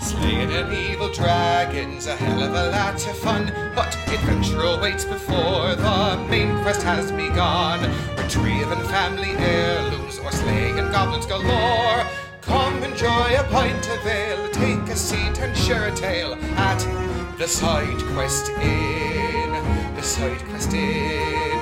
Slaying an evil dragon's a hell of a lot of fun, but adventure awaits before the main quest has begun. Retrieving family heirlooms or slaying goblins galore. Come enjoy a pint of ale, take a seat and share a tale at the Side Quest Inn. The Side Quest Inn.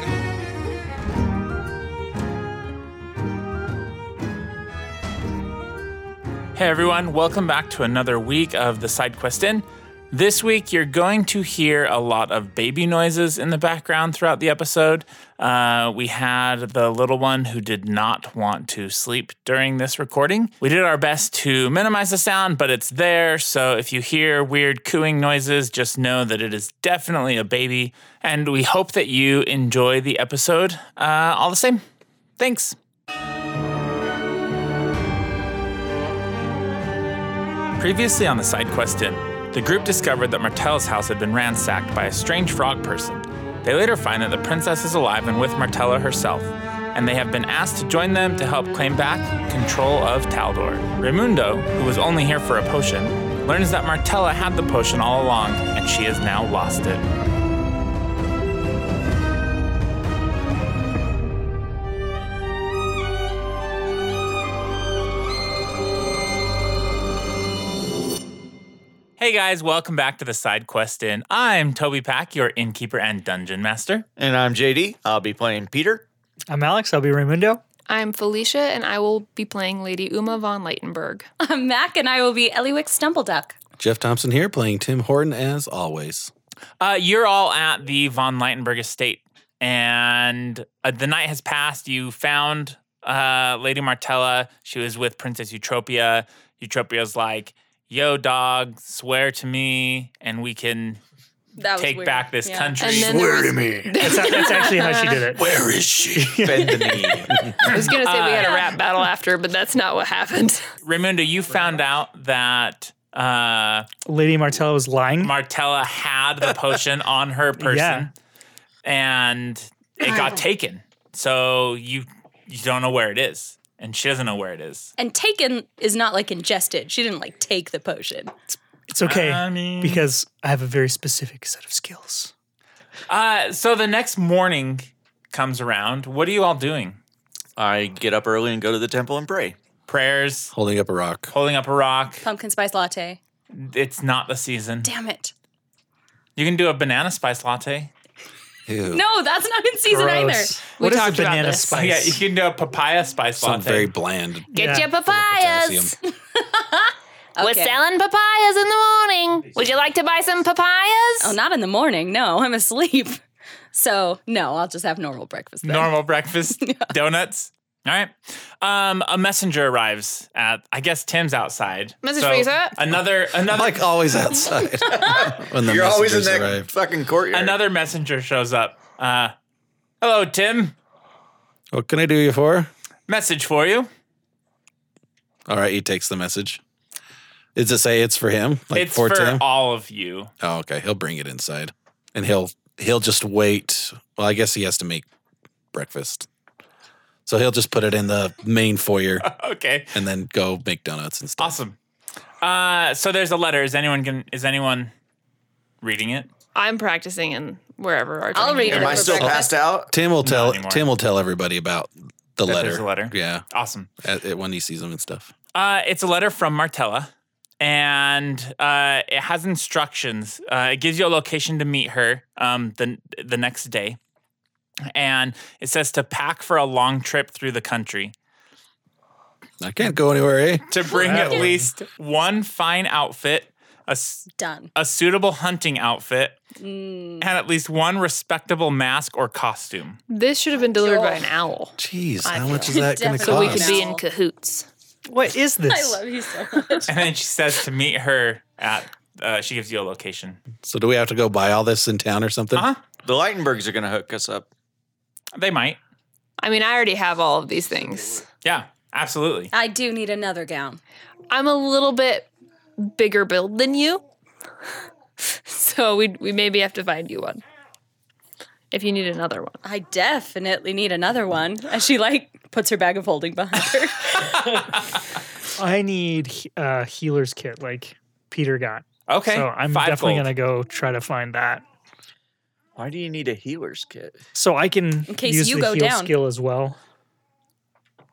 Hey everyone, welcome back to another week of the Side Quest In. This week, you're going to hear a lot of baby noises in the background throughout the episode. Uh, we had the little one who did not want to sleep during this recording. We did our best to minimize the sound, but it's there. So if you hear weird cooing noises, just know that it is definitely a baby. And we hope that you enjoy the episode uh, all the same. Thanks. Previously on the side quest in, the group discovered that Martel's house had been ransacked by a strange frog person. They later find that the princess is alive and with Martella herself, and they have been asked to join them to help claim back control of Taldor. Raimundo, who was only here for a potion, learns that Martella had the potion all along and she has now lost it. Hey guys, welcome back to the side quest in. I'm Toby Pack, your innkeeper and dungeon master. And I'm JD. I'll be playing Peter. I'm Alex. I'll be Raimundo. I'm Felicia, and I will be playing Lady Uma von Leitenberg. I'm Mac, and I will be Eliwick Stumbleduck. Jeff Thompson here, playing Tim Horton as always. Uh, you're all at the von Leitenberg estate, and uh, the night has passed. You found uh, Lady Martella. She was with Princess Eutropia. Eutropia's like, "Yo, dog, swear to me, and we can That was take weird. back this Yeah. country." And then there was, me. That's, that's actually how she did it. Where is she? Bend the knee. I was going to say we had a rap battle after, but that's not what happened. Raimundo, you found out that uh, Lady Martella was lying. Martella had the potion on her person, Yeah. and it got taken. So you you don't know where it is, and she doesn't know where it is. And taken is not like ingested. She didn't like take the potion. it's okay I mean- because I have a very specific set of skills. Uh, so the next morning comes around. What are you all doing? I get up early and go to the temple and pray. Prayers, Holding up a rock. holding up a rock. Pumpkin spice latte. It's not the season. Damn it. You can do a banana spice latte. Ew. No, that's not in season Gross. What We is a talked about banana this. spice? Yeah, you can do a papaya spice Something latte. very bland. Get Yeah. your papayas. Potassium. either. We're Okay. selling papayas in the morning. Would you like to buy some papayas? Oh, not in the morning. No, I'm asleep. So no, I'll just have normal breakfast. Then. Normal breakfast, donuts. All right. Um, a messenger arrives at. I guess Tim's outside. Message So for you, sir. Another another Like always outside. when the You're always in that messengers arrive. fucking courtyard. another messenger shows up. Uh, hello, Tim. What can I do you for? Message for you. All right, he takes the message. Is it say it's for him? Like it's for for Tim? all of you. oh, okay. He'll bring it inside, and he'll he'll just wait. Well, I guess he has to make breakfast, so he'll just put it in the main foyer Okay. and then go make donuts and stuff. Awesome. Uh, so there's a letter. Is anyone can, is anyone reading it? I'm practicing in wherever. Our I'll read training it. Am I is. still passed out? Tim will tell Uh, anymore. Tim will tell everybody about the letter. there's a letter. Yeah, Awesome. at, at when he sees them and stuff. Uh, it's a letter from Martella, and uh, it has instructions. Uh, it gives you a location to meet her um, the the next day, and it says to pack for a long trip through the country. I can't go anywhere, eh? To bring at least one fine outfit, a s- Done. a suitable hunting outfit, and at least one respectable mask or costume. This should have been delivered by an owl. Jeez, I how feel- much is that going to Definitely cost? So we could be Owl. in cahoots. What is this? I love you so much. And then she says to meet her at. Uh, she gives you a location. so do we have to go buy all this in town or something? Uh huh. The Leitenbergs are going to hook us up. They might. I mean, I already have all of these things. Yeah. Absolutely. I do need another gown. I'm a little bit bigger build than you. so we we maybe have to find you one. If you need another one. I definitely need another one. And she like puts her bag of holding behind her. I need uh, healer's kit, like Peter got. Okay. So I'm five definitely gold. gonna go try to find that. Why do you need a healer's kit? So I can In case use you the go heal down. skill as well.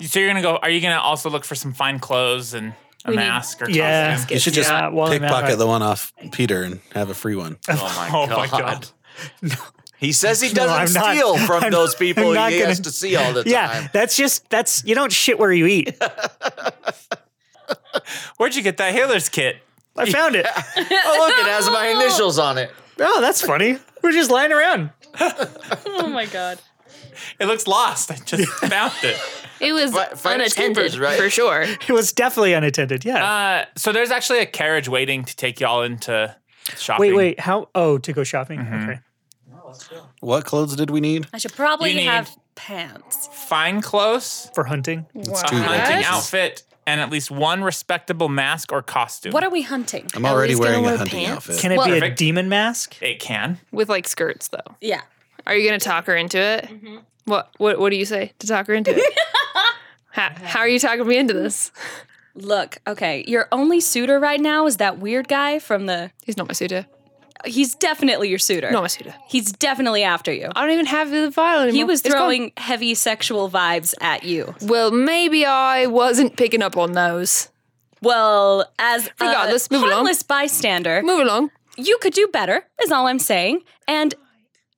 So you're gonna go. Are you gonna also look for some fine clothes and a We need- mask or Yeah. costume? You should just Yeah, while I'm at pickpocket it. the one off Peter and have a free one. Oh my Oh god. my God. He says he No, doesn't I'm not- steal from I'm- those people I'm not he has gonna- to see all the time. Yeah, that's just that's you don't shit where you eat. Where'd you get that healer's kit? I found it. Oh look, it has my initials on it. Oh, that's funny. We're just lying around. Oh my god. It looks lost. I just found it. It was Fi- find unattended escapers, right? for sure. It was definitely unattended. Yeah. Uh, so there's actually a carriage waiting to take y'all into shopping. wait, wait. How? Oh, to go shopping. Okay. What clothes did we need? I should probably You need- have pants. Fine clothes, For hunting. It's a too late. hunting Yes. outfit, and at least one respectable mask or costume. What are we hunting? I'm already least gonna wearing wear a hunting pants. outfit. Can it Well- be a Perfect. demon mask? it can. With like skirts though. Yeah. Are you gonna talk her into it? Mm-hmm. What what what do you say to talk her into it? how, how are you talking me into this? Look, okay, your only suitor right now is that weird guy from the. He's not my suitor. He's definitely your suitor. Not my suitor. He's definitely after you. I don't even have the vial anymore. He was It's gone. throwing heavy sexual vibes at you. Well, maybe I wasn't picking up on those. Well, as Regardless, a move along. harmless bystander, Move along. you could do better. Is all I'm saying. And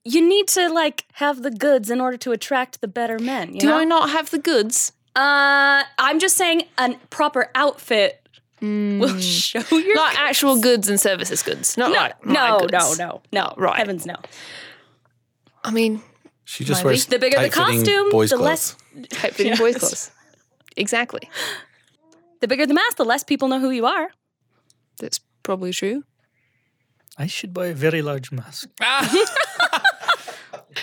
you need to like have the goods in order to attract the better men. You Do know? I not have the goods? Uh, I'm just saying a proper outfit will show your. Hmm. Not actual goods and services goods. Not no, like my no, goods. no, no, no. Right. Heavens, no. I mean, She just Maybe. wears The bigger the tight-fitting costume, boys the clothes. less tight fitting boys clothes. Exactly. the bigger the mask, the less people know who you are. That's probably true. I should buy a very large mask.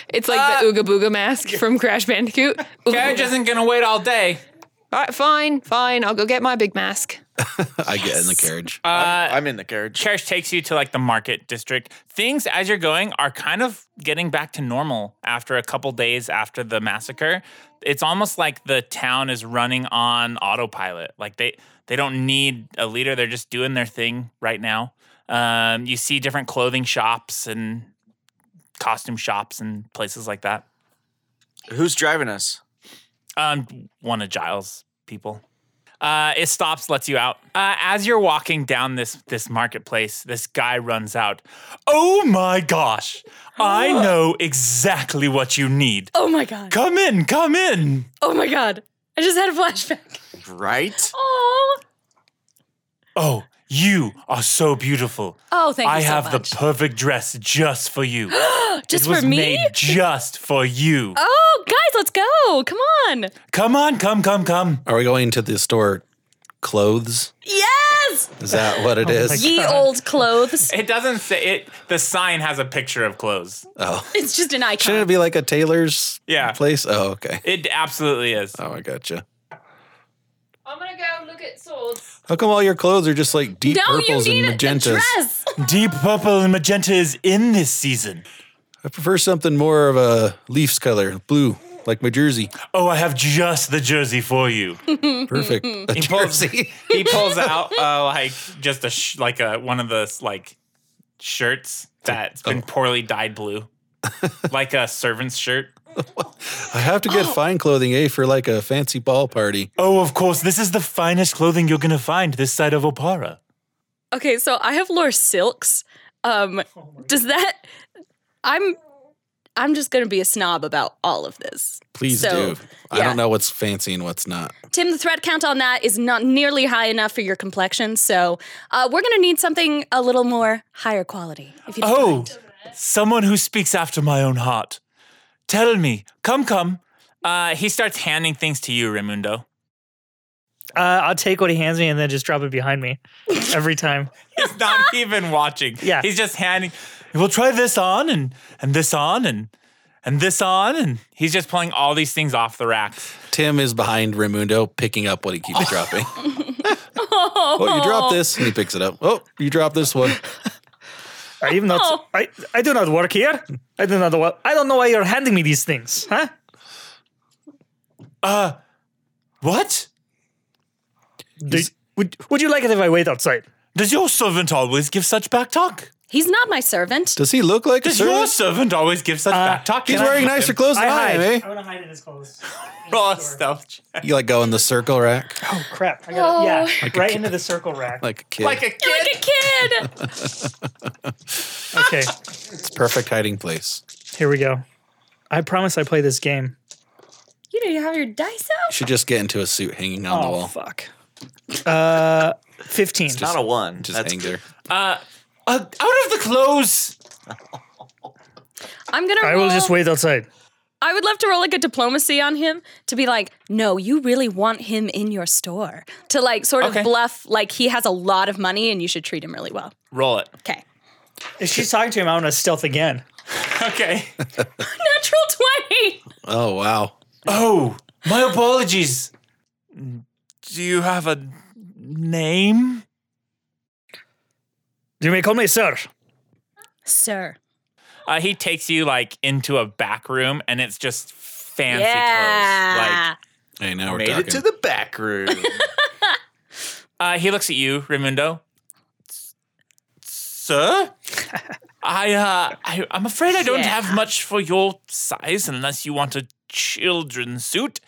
It's like the Ooga Booga mask from Crash Bandicoot. Uh, Carriage isn't gonna wait all day. All right, fine, fine. I'll go get my big mask. I get in the carriage. I'm in the carriage. Carriage takes you to like the market district. Things as you're going are kind of getting back to normal after a couple days after the massacre. It's almost like the town is running on autopilot. Like they they don't need a leader. They're just doing their thing right now. Um, you see different clothing shops and costume shops and places like that. Who's driving us? Um, one of Giles' people. Uh, it stops, lets you out. Uh, as you're walking down this this marketplace, this guy runs out. Oh my gosh! I know exactly what you need. Oh my god. Come in, come in. Oh my god. I just had a flashback. Right? Oh. Oh, you are so beautiful. Oh, thank you I so have much. the perfect dress just for you. Just it was for me? made just for you. Oh, guys, let's go. Come on. Come on, come, come, come. Are we going to the store clothes? Yes. Is that what it is? Ye old clothes. It doesn't say it. The sign has a picture of clothes. Oh. It's just an Shouldn't it icon. be like a tailor's Yeah. place? Oh, okay. It absolutely is. Oh, I gotcha. I'm gonna go look at swords. How come all your clothes are just like deep No, you purples need and a- a magentas? dress. Deep purple and magenta is in this season. I prefer something more of a Leafs color, blue, like my jersey. Oh, I have just the jersey for you. Perfect. A He pulls, jersey. he pulls out uh, like just a sh- like a one of those like shirts that's been poorly dyed blue, like a servant's shirt. I have to Oh. get fine clothing, eh, for like a fancy ball party. Oh, of course, this is the finest clothing you're gonna find this side of Opara. Okay, so I have Lore Silks. Um, Oh does that? I'm. I'm just gonna be a snob about all of this. Please So, do. I yeah. don't know what's fancy and what's not. Tim, the thread count on that is not nearly high enough for your complexion, so uh, we're gonna need something a little more higher quality. If you don't Oh, mind. someone who speaks after my own heart. Tell me, come, come. Uh, he starts handing things to you, Raimundo. Uh, I'll take what he hands me and then just drop it behind me every time. He's not even watching. Yeah. He's just handing we'll try this on and and this on and and this on and he's just pulling all these things off the racks. Tim is behind Raimundo, picking up what he keeps dropping. oh, you dropped this, and he picks it up. Oh, you dropped this one. I even not. I, I do not work here. I do not. Work. I don't know why you're handing me these things, huh? What? Do- would Would you like it if I wait outside? Does your servant always give such back talk? He's not my servant. Does he look like a Does your servant? servant always give such back talk? He's Can I wearing hit nicer him? clothes I than I, am, eh? hide. I'm gonna hide in his clothes. Roll a stealth check. You like go in the circle rack Oh crap! I got it. yeah, Like a right kid. into the circle rack. like a kid. Like a kid. Like a kid. okay, it's perfect hiding place. here we go. I promise I play this game. you didn't have your dice You out. should just get into a suit hanging on the Oh wall. fuck. Uh, fifteen. Not a one. Just That's hang good. there. Uh, out of the clothes. I'm gonna. I will just roll- wait outside. I would love to roll like a diplomacy on him to be like, no, you really want him in your store to like sort of Okay. bluff like he has a lot of money and you should treat him really well. Roll it. Okay. If she's talking to him, I want to stealth again. Okay. Natural twenty. Oh wow. Oh, my apologies. Do you have a name? You may call me sir. Sir. Uh, he takes you like into a back room, and it's just fancy yeah. Hey, now we're Made talking. it to the back room. clothes. Like uh, he looks at you, Raimundo. S- Sir, I, uh, I I'm afraid I don't Yeah. have much for your size unless you want a children's suit,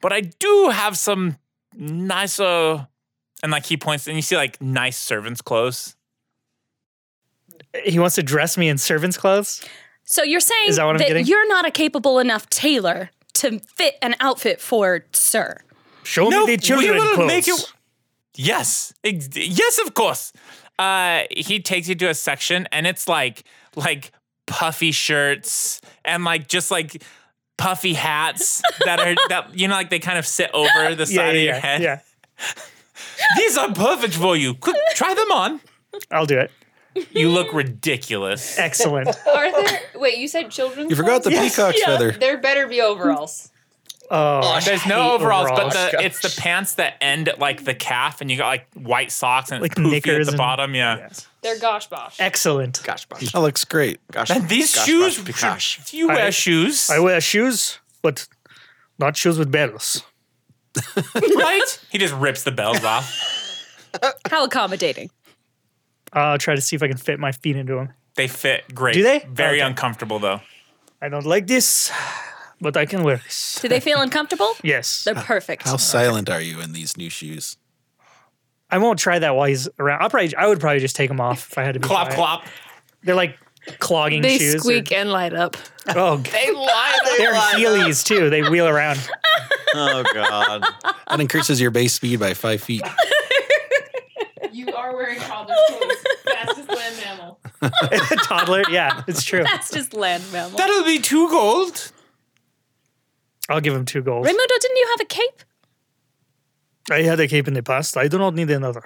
but I do have some nicer. And like he points, and you see like nice servants' clothes. He wants to dress me in servant's clothes. so you're saying Is that what I'm getting? you're not a capable enough tailor to fit an outfit for sir. Show Nope, me the children clothes. it. Yes, ex- yes, of course. Uh, he takes you to a section, and it's like like puffy shirts and like just like puffy hats that are that you know like they kind of sit over the side yeah, of yeah, your yeah, head. yeah. These are perfect for you. Quick, try them on. I'll do it. You look ridiculous. Excellent. Are there? Wait, you said children's. you forgot the clothes? peacock's feather. There better be overalls. Oh, There's hate no overalls, overalls. but the, it's the pants that end at like the calf, and you got like white socks and Like it's poofy at knickers the and- bottom. Yeah. yes. They're gosh bosh. excellent. Gosh, gosh, That looks great. gosh. And these gosh, shoes, gosh, gosh. if you wear I- shoes, I wear shoes, but not shoes with bells. right? He just rips the bells off. How accommodating. I'll try to see if I can fit my feet into them. They fit great. Do they? Very Okay. uncomfortable though. I don't like this, but I can wear this. Do they feel uncomfortable? Yes. They're perfect. How silent are you in these new shoes? I won't try that while he's around. I'll probably, I would probably just take them off if I had to be Clop quiet. clop. They're like clogging They shoes. or- squeak and light up. oh, g- They lie. They they're lie. Heelys too. They wheel around. Oh god. That increases your base speed by five feet. You are wearing toddler clothes. Fastest land mammal. Toddler. Yeah, it's true. That's just land mammal. That'll be two gold. I'll give him two gold. Raimundo, didn't you have a cape? I had a cape in the past. I do not need another.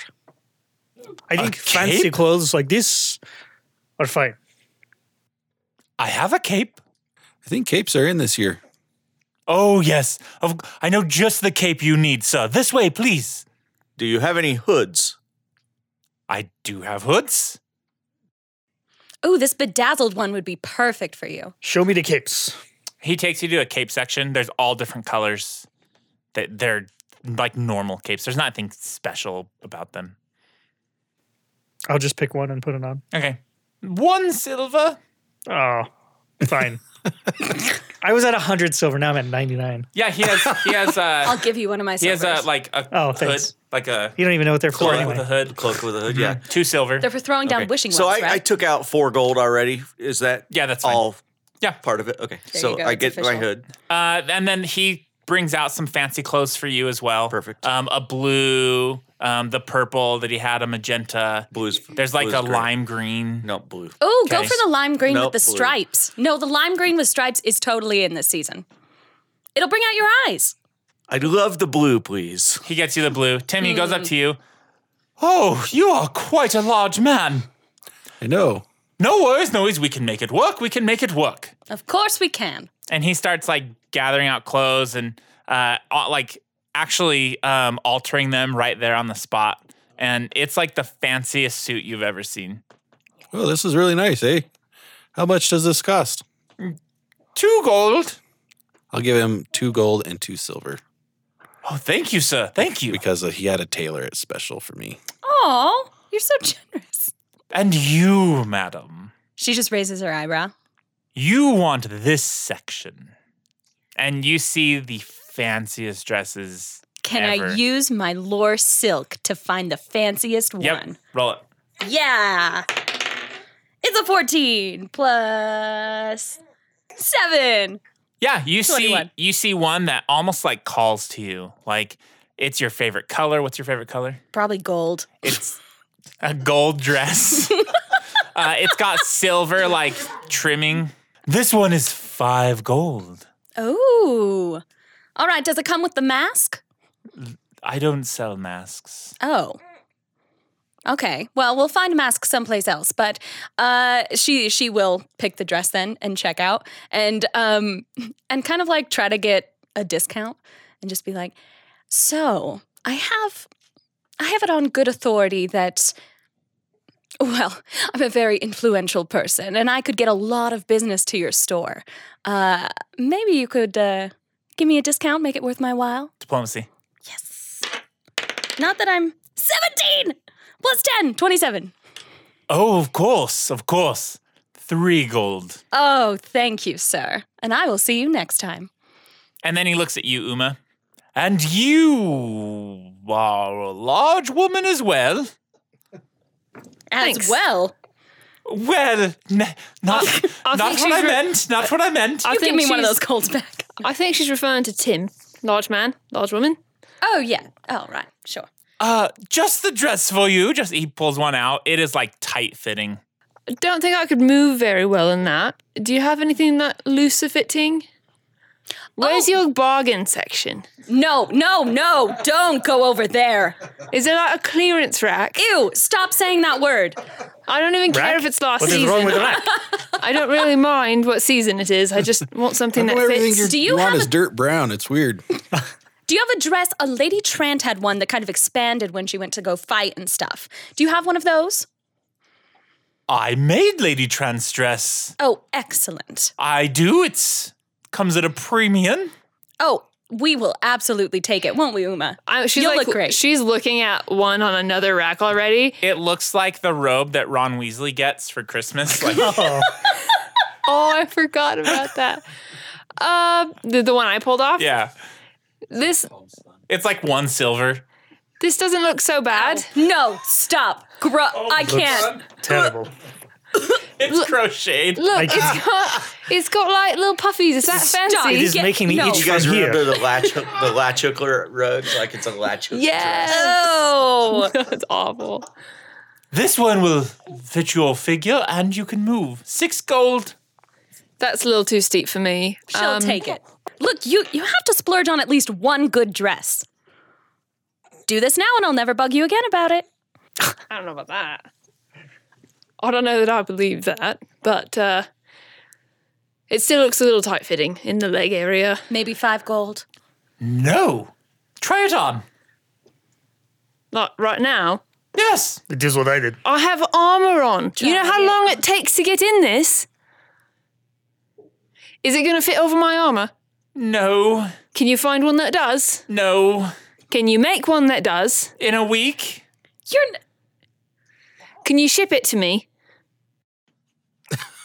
I think fancy cape? clothes like this are fine. I have a cape. I think capes are in this year. Oh yes. Of- I know just the cape you need, sir. This way, please. Do you have any hoods? I do have hoods. Oh, this bedazzled one would be perfect for you. Show me the capes. He takes you to a cape section. There's all different colors. They- They're like normal capes. There's nothing special about them. I'll just pick one and put it on. Okay. One silver. Oh, fine. I was at 100 silver. Now I'm at 99. Yeah, he has. He has. I'll Uh, give you one of my he has silvers. a like a Oh, hood, thanks. like a You don't even know what they're for cloak with a anyway. hood. Cloak with a hood. Yeah. Two silver. They're for throwing down wishing So wells, I, right? I took out four gold already. Is that Yeah, that's fine. all? Yeah. part of it. Okay, There so you go, I it's get my official. hood. Uh, and then he brings out some fancy clothes for you as well. Perfect. Um, a blue, um, the purple that he had, a magenta. Blue's There's like blue's a great. lime green. No blue. Oh, go Okay. for the lime green Nope, with the blue. stripes. No, the lime green with stripes is totally in this season. It'll bring out your eyes. I'd love the blue, please. He gets you the blue. Tim, he goes up to you. Oh, you are quite a large man. I know. No worries, no worries. We can make it work. We can make it work. Of course we can. and he starts like gathering out clothes and uh uh, like actually um altering them right there on the spot and it's like the fanciest suit you've ever seen Well, this is really nice, eh? How much does this cost? two gold I'll give him two gold and two silver oh thank you sir thank you because he had a tailor. It's special for me. Oh, You're so generous. And you, madam, She just raises her eyebrow. you want this section. And you see the fanciest dresses. Can Ever. I use my lore silk to find the fanciest Yep. one? Roll it. Yeah. It's a 14 plus 7. Yeah, you 21. see you see one that almost like calls to you. Like it's your favorite color. What's your favorite color? Probably gold. It's a gold dress. uh, it's got silver like trimming. This one is five gold. Oh. All right, does it come with the mask? I don't sell masks. Oh. Okay. Well, we'll find a mask someplace else, but uh she she will pick the dress then and check out and um and kind of like try to get a discount and just be like, "So, I have I have it on good authority that well, I'm a very influential person and I could get a lot of business to your store. Uh maybe you could uh give me a discount, make it worth my while?" Diplomacy. Yes. Not that I'm 17 plus 10, 27. Oh, of course, of course. Three gold. Oh, thank you, sir. And I will see you next time. And then he looks at you, Uma. And you are a large woman as well. As Thanks. well. Well, n- not, not think what I she's re- meant. Not what I meant. I You give think me one of she's- those colds back. I think she's referring to Tim, large man, large woman. Oh, yeah. Oh, right. Sure. Uh, just the dress for you. Just he pulls one out. It is like tight fitting. I don't think I could move very well in that. Do you have anything that looser fitting? Where's your bargain section? Oh, No, no, no. Don't go over there. Is there like a clearance rack? Ew. Stop saying that word. I don't even care Rack? if it's last What is season. wrong with that? I don't really mind what season it is. I just want something that fits. Do you want have is a- dirt brown. It's weird. Do you have a dress? A Lady Trant had one that kind of expanded when she went to go fight and stuff. Do you have one of those? I made Lady Trans dress. Oh, excellent. I do. It's comes at a premium. Oh, we will absolutely take it, won't we, Uma? I, she's You'll like, look great. she's looking at one on another rack already. It looks like the robe that Ron Weasley gets for Christmas. Like, Oh, Oh, I forgot about that. Uh, the, the one I pulled off. yeah, This it's like one silver. this doesn't look so bad. No, stop. Gro- I can't. terrible. It's crocheted. Look, it's got it's got like little puffies. Is that Stop. fancy? It is Get- making me no. itch You You guys from here. remember the latch the latch hooker rugs like it's a latch hooker yeah. Oh. That's awful. This one will fit your figure, and you can move. Six gold. That's a little too steep for me. She'll Um, take it. Look, you you have to splurge on at least one good dress. Do this now and I'll never bug you again about it. I don't know about that. I don't know that I believe that, but uh, it still looks a little tight fitting in the leg area. Maybe 5 gold. No, try it on. Not right now. Yes, It is what I did. I have armor on. You know how long it takes to get in this? Is it going to fit over my armor? no, Can you find one that does? no. Can you make one that does? In a week, You're n- Can you ship it to me?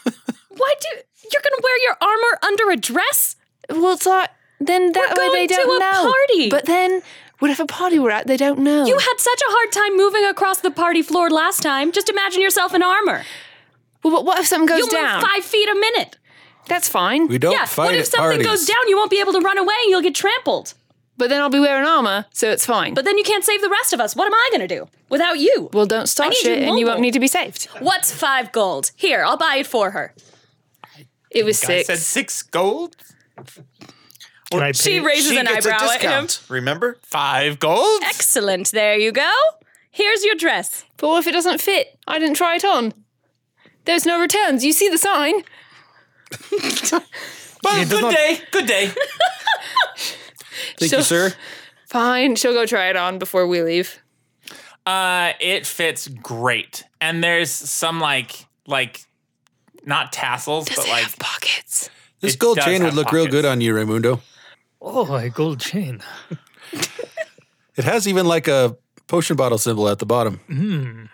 why do you're going to wear your armor under a dress? Well, it's like then that We're way they going to don't a know. party. But then whatever party we're at, they don't know. You had such a hard time moving across the party floor last time. Just imagine yourself in armor. well, what- what if something You'll goes down? move 5 feet a minute. That's fine. We don't yeah. fight What if at something parties. goes down? You won't be able to run away and you'll get trampled. But then I'll be wearing armor, so it's fine. But then you can't save the rest of us. What am I going to do without you? well, don't start need shit, you and you won't mobile. need to be saved. What's five gold? Here, I'll buy it for her. It was I six. said six gold, Can I pay? She raises She an gets a eyebrow at him. discount, remember? five gold. Excellent. There you go. Here's your dress. but what if it doesn't fit? I didn't try it on. There's no returns. You see the sign. Well, good not- day, good day. Thank you, Sure. sir. Fine, she'll go try it on before we leave. Uh, it fits great, and there's some like like not tassels, but like Pockets. This It gold does chain would have look real pockets. good on you, Raimundo. Oh, a gold chain. It has even like a potion bottle symbol at the bottom.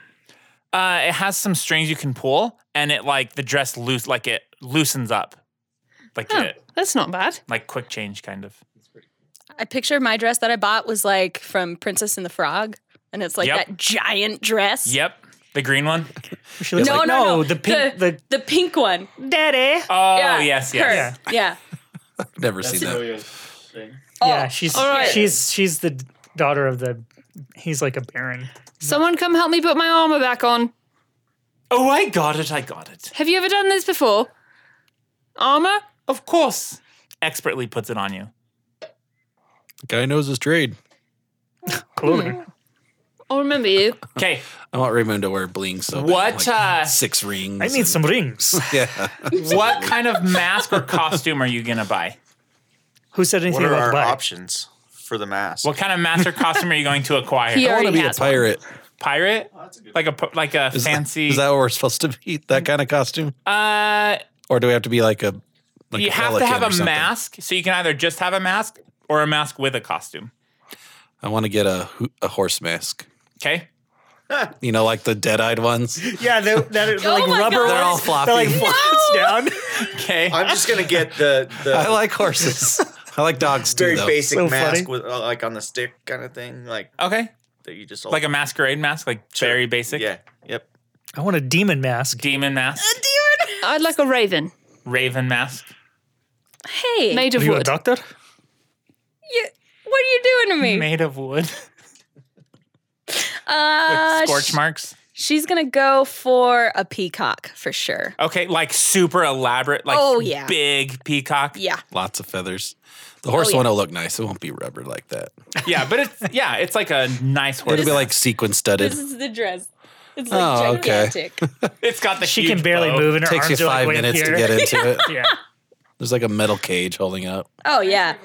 Uh, it has some strings you can pull, and it like the dress loose, like it loosens up, like Huh, it, that's not bad. like quick change kind of. I picture my dress that I bought was like from Princess and the Frog, and it's like Yep. that giant dress. Yep, the green one. She looks No, like, no, no. the pink, the, The pink one. Daddy. Oh Yeah, yes, yes. Her. Yeah. Never That's seen a that. really good thing. yeah. She's all right. she's she's the daughter of the. He's like a baron. Someone come help me put my armor back on. Oh, I got it. I got it. Have you ever done this before? Armor? Of course. Expertly puts it on you. Guy knows his trade. Clothing. I'll oh, remember you. Okay, I want Raymond to wear bling so bad, What, like, uh, six rings. I need and- some rings. Yeah. what kind of mask or costume are you gonna buy? Who said anything What are about our buy? options for the mask? What kind of mask or costume are you going to acquire? He I want to already be a has one. pirate. Pirate? Like a p- like a Is that- fancy. Is that what we're supposed to be? That kind of costume? uh, Or do we have to be like a. Like you a have to have pelican or a something? mask, so you can either just have a mask or a mask with a costume. I want to get a ho- a horse mask. Okay. You know, like the dead-eyed ones. Yeah, they're, they're, Oh they're like my rubber. God. They're all ones. floppy. They're like flops down. Okay. I'm just gonna get the the I like horses. I like dogs too. very though. basic So mask funny. with uh, like on the stick kind of thing, like Okay. that you just Like a masquerade mask, like very basic. Yeah. Yep. I want a demon mask. Demon mask, I'd like a raven raven mask. Hey. made Are of you a wood. doctor? you- what are you doing to me? Made of wood. Uh, Scorch sh- marks. she's gonna go for a peacock for sure. Okay, like super elaborate, like Oh, yeah. big peacock. Yeah. Lots of feathers. Oh, The horse yeah. one will look nice. It won't be rubber like that. Yeah, but it's yeah, it's like a nice horse. It'll be like sequin studded. This is the dress. It's like Oh, okay. gigantic. it's got the She huge can barely bow. move, and her Takes you arms are like five way up minutes to here. get into it. Yeah. There's like a metal cage holding it up. oh yeah.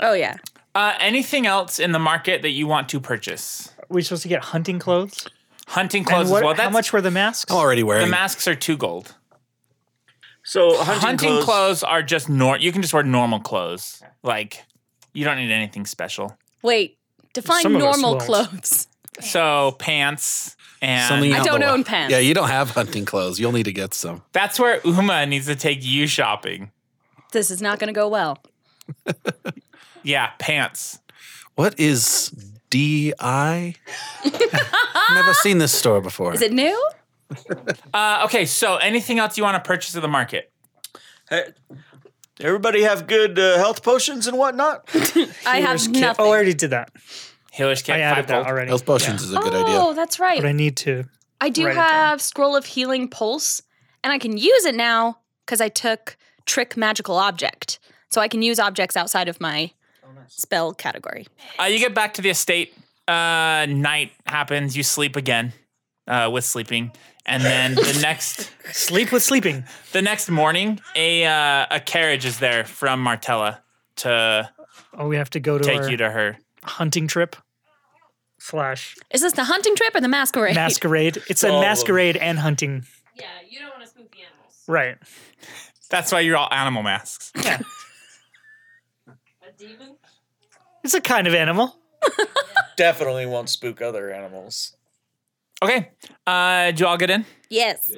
Oh yeah. Uh, anything else in the market that you want to purchase? We're supposed to get hunting clothes. Hunting And clothes what, as well. how That's much were the masks? I'm already the wearing. masks are two gold. So hunting, Hunting clothes. clothes. are just nor you can just wear normal clothes. Like you don't need anything special. Wait. Define Some of us normal won't. clothes. So pants and Something I on the don't wa- own pants. Yeah, you don't have hunting clothes. You'll need to get some. that's where Uma needs to take you shopping. This is not gonna go well. Yeah, pants. What is DI? Never seen this store before. Is it new? Uh, okay, so anything else you want to purchase at the market? Hey, everybody have good uh, health potions and whatnot. I have Here's kit- nothing. Oh, I already did that. Healer's kit. I added five that gold. already. Health potions is a good Oh, idea. that's But right. I need to. I do Write it down. have Scroll of Healing Pulse, and I can use it now because I took Trick Magical Object. So I can use objects outside of my spell category. Uh, you get back to the estate. Uh, night happens. You sleep again uh, with sleeping, and then the next Sleep with sleeping. the next morning, a uh, a carriage is there from Martella to Oh, we have to go to take our you to her. hunting trip slash Is this the hunting trip or the masquerade? masquerade. It's a All of them. masquerade and hunting. Yeah, you don't want to spook the animals. Right. That's why you're all animal masks. Yeah. A demon? It's a kind of animal. Definitely won't spook other animals. Okay. Uh, do you all get in? yes.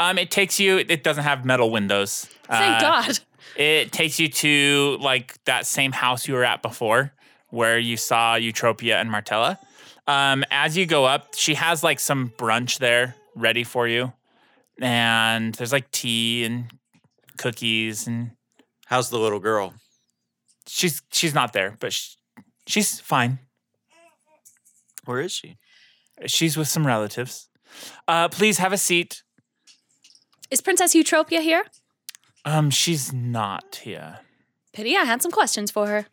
Um, it takes you. It doesn't have metal windows. Thank Uh, God. It takes you to like that same house you were at before, where you saw Eutropia and Martella. Um, as you go up, she has like some brunch there ready for you, and there's like tea and cookies, and How's the little girl? she's she's not there, but sh she's fine. Where is she? She's with some relatives. Uh, please have a seat. Is Princess Eutropia here? Um, she's not here. Pity I had some questions for her.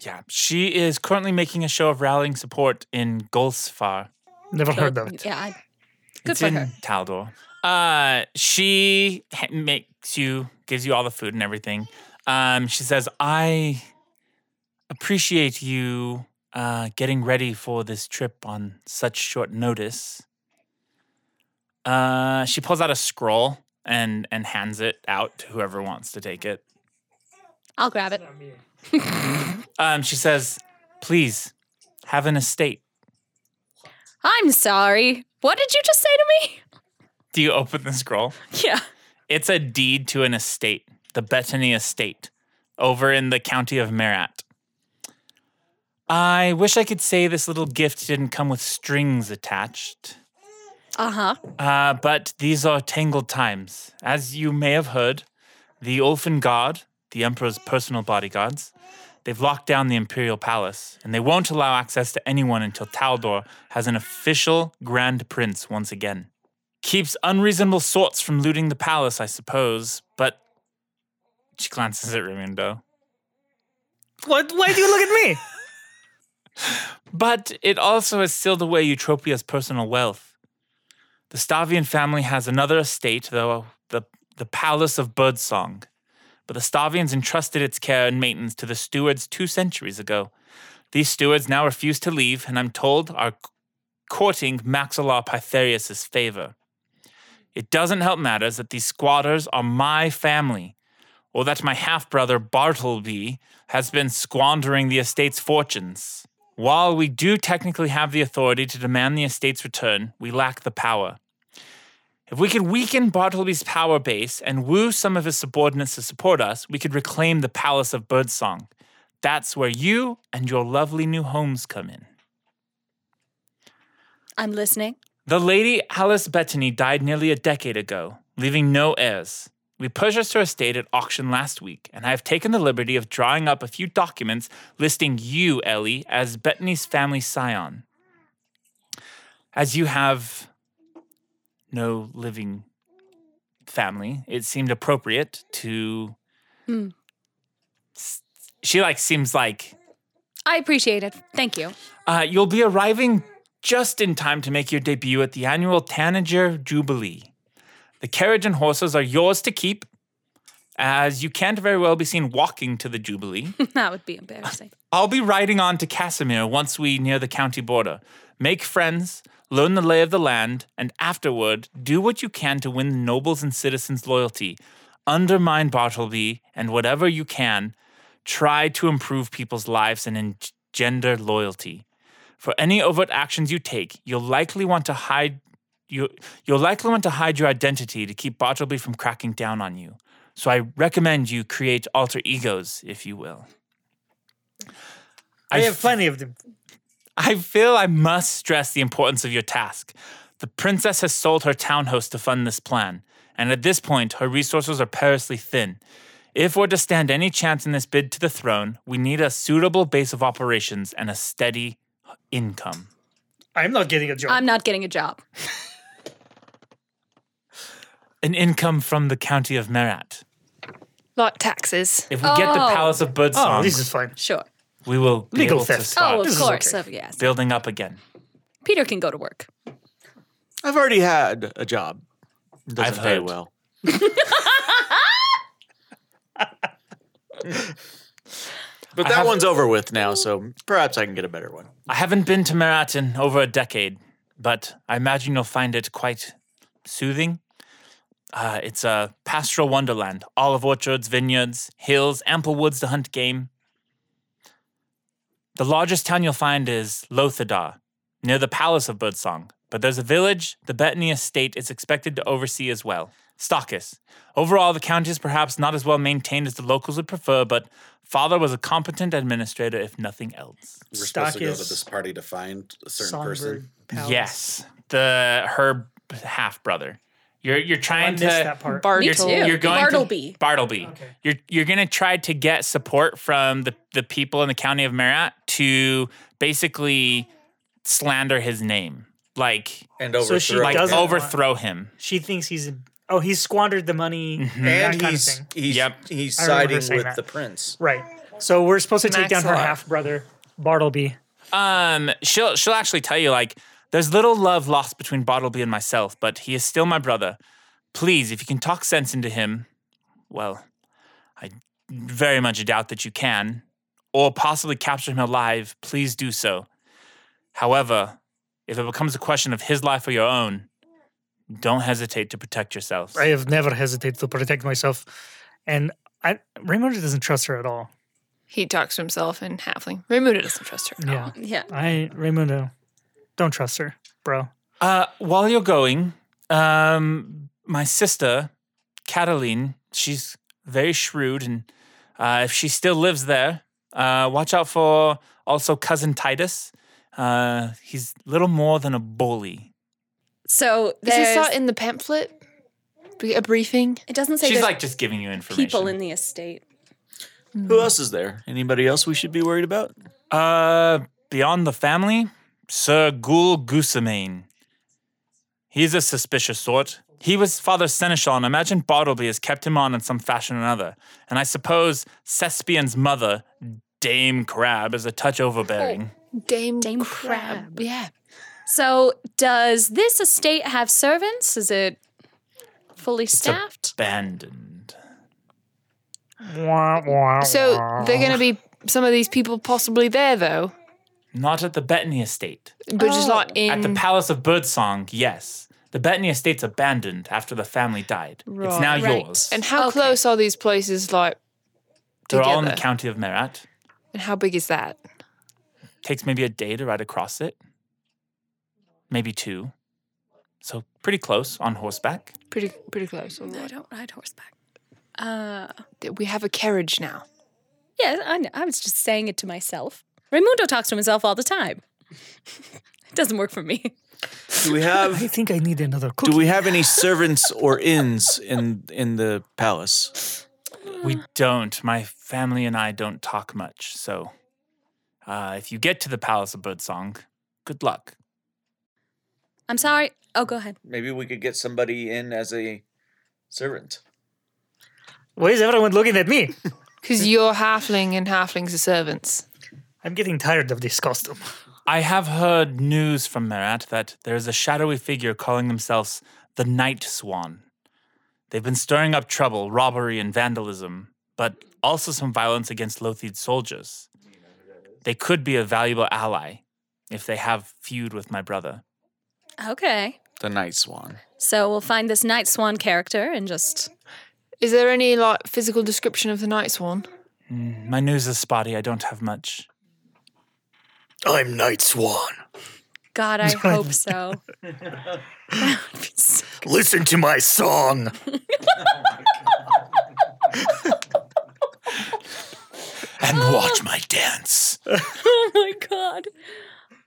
Yeah, she is currently making a show of rallying support in Golsfar. Never heard of it. Yeah. I, good it's for in her. Taldor. Uh, she ha- makes you, gives you all the food and everything. Um, she says, "I appreciate you uh, getting ready for this trip on such short notice." Uh, she pulls out a scroll and and hands it out to whoever wants to take it. I'll grab it. Um, she says, "Please have an estate." I'm sorry. What did you just say to me? Do you open the scroll? Yeah. It's a deed to an estate, the Bettany Estate, over in the county of Merat. I wish I could say this little gift didn't come with strings attached. Uh huh. Uh, but these are tangled times. As you may have heard, the Olfin Guard, the Emperor's personal bodyguards, they've locked down the Imperial Palace, and they won't allow access to anyone until Taldor has an official Grand Prince once again. Keeps unreasonable sorts from looting the palace, I suppose, but she glances at Raimundo. What? Why do you look at me? But it also has sealed away Eutropia's personal wealth. The Stavian family has another estate, though the, the Palace of Birdsong. But the Stavians entrusted its care and maintenance to the stewards two centuries ago. These stewards now refuse to leave, and I'm told are courting Maxillar Pytherius' favor. It doesn't help matters that these squatters are my family, or that my half brother Bartleby has been squandering the estate's fortunes. While we do technically have the authority to demand the estate's return, we lack the power. If we could weaken Bartleby's power base and woo some of his subordinates to support us, we could reclaim the Palace of Birdsong. That's where you and your lovely new homes come in. I'm listening. The lady Alice Bettany died nearly a decade ago, leaving no heirs. We purchased her estate at auction last week, and I have taken the liberty of drawing up a few documents listing you, Ellie, as Bettany's family scion. As you have no living family, it seemed appropriate to. S- She like seems like I appreciate it. Thank you. uh, you'll be arriving just in time to make your debut at the annual Tanager Jubilee. The carriage and horses are yours to keep, as you can't very well be seen walking to the Jubilee. that would be embarrassing. I'll be riding on to Casimir once we near the county border. Make friends, learn the lay of the land, and afterward, do what you can to win the nobles and citizens' loyalty. Undermine Bartleby, and whatever you can, try to improve people's lives and engender loyalty. For any overt actions you take, you'll likely want to hide you you'll likely want to hide your identity to keep Bartleby from cracking down on you. So I recommend you create alter egos, if you will. I have f- plenty of them. I feel I must stress the importance of your task. The princess has sold her town host to fund this plan, and at this point, her resources are perilously thin. If we're to stand any chance in this bid to the throne, we need a suitable base of operations and a steady income. I'm not getting a job. I'm not getting a job. An income from the county of Merat. Lot taxes. If we get the Oh. Palace of Birdsong, Um, oh, this is fine. Sure. we will be Legal able to theft. start oh, of this is course. okay. Oh, yes. building up again. Peter can go to work. I've already had a job. Doesn't I've pay heard. well. but that have- one's over with now, so perhaps I can get a better one. I haven't been to Merat in over a decade, but I imagine you'll find it quite soothing. Uh, it's a pastoral wonderland olive orchards, vineyards, hills, ample woods to hunt game. The largest town you'll find is Lothadar, near the Palace of Birdsong, but there's a village the Bettany estate is expected to oversee as well. Stockus. Overall, the county is perhaps not as well maintained as the locals would prefer, but father was a competent administrator, if nothing else. We're supposed to go to Stockist, this party to find a certain person. Songbird Palace. Yes, the her half brother. You're you're Oh, I trying missed to that part. Bartle. Me you're, too. you're going Bartleby. to Bartleby. You're you're gonna try to get support from the the people in the county of Marat to basically slander his name, like And So she overthrow like doesn't want- overthrow him. She thinks he's. Oh, he squandered the money. that Mm-hmm. and kind of he's thing. he's Yep. he's I remember siding saying with that. the prince. Right. So we're supposed to take down her Maxlar. half brother, Bartleby. Um, she'll she'll actually tell you like there's little love lost between Bartleby and myself, but he is still my brother. Please, if you can talk sense into him, well, I very much doubt that you can, or possibly capture him alive. Please do so. However, if it becomes a question of his life or your own, don't hesitate to protect yourselves. I have never hesitated to protect myself, and I Raymond doesn't trust her at all. He talks to himself in halfling. Raymuda doesn't trust her. Yeah, Yeah. I Raymond don't trust her, bro. Uh, while you're going, um, my sister, Cataline, she's very shrewd, and uh, if she still lives there, uh, watch out for also cousin Titus. Uh, he's little more than a bully. So Is this there's- not in the pamphlet? Be- A briefing? it doesn't say she's there's like just giving you information. people in the estate. Who else is there? Anybody else we should be worried about? Uh, beyond the family, Sir Gul Gusamane. He's a suspicious sort. He was Father Seneschal, and imagine Bartleby has kept him on in some fashion or another. And I suppose Cespian's mother, Dame Crab, is a touch overbearing. Dame, Dame Crab. Yeah. So does this estate have servants? Is it fully staffed? Abandoned. Wah, wah, So wah. they're going to be some of these people possibly there though, Not at the Bettany Estate. but just Oh. not in. At the Palace of Birdsong, yes. The Bettany Estate's abandoned after the family died. It's now Right. yours. and how Okay. close are these places like They're all in the together? county of Merat. And how big is that? takes maybe a day to ride across it, maybe two. So pretty close on horseback. Pretty pretty close. all Oh, I right. don't ride horseback. Uh, We have a carriage now. yeah, I, know. I was just saying it to myself. Raimundo talks to himself all the time. it doesn't work for me. Do we I have think I need another cookie. do we have any servants or inns in in the palace? We don't. My family and I don't talk much. So uh, if you get to the Palace of Birdsong, good luck. I'm sorry. Oh, go ahead. Maybe we could get somebody in as a servant. Why is everyone looking at me? Because you're halfling and halflings are servants. I'm getting tired of this costume. I have heard news from Merat that there is a shadowy figure calling themselves the Night Swan. They've been stirring up trouble, robbery, and vandalism, but also some violence against Lothied soldiers. They could be a valuable ally if they have feud with my brother. Okay. The night swan. So we'll find this night swan character and just Is there any like physical description of the Night Swan? Mm, My news is spotty. I don't have much. I'm Night Swan. God, I hope so. Listen to my song. And watch my dance. oh my god.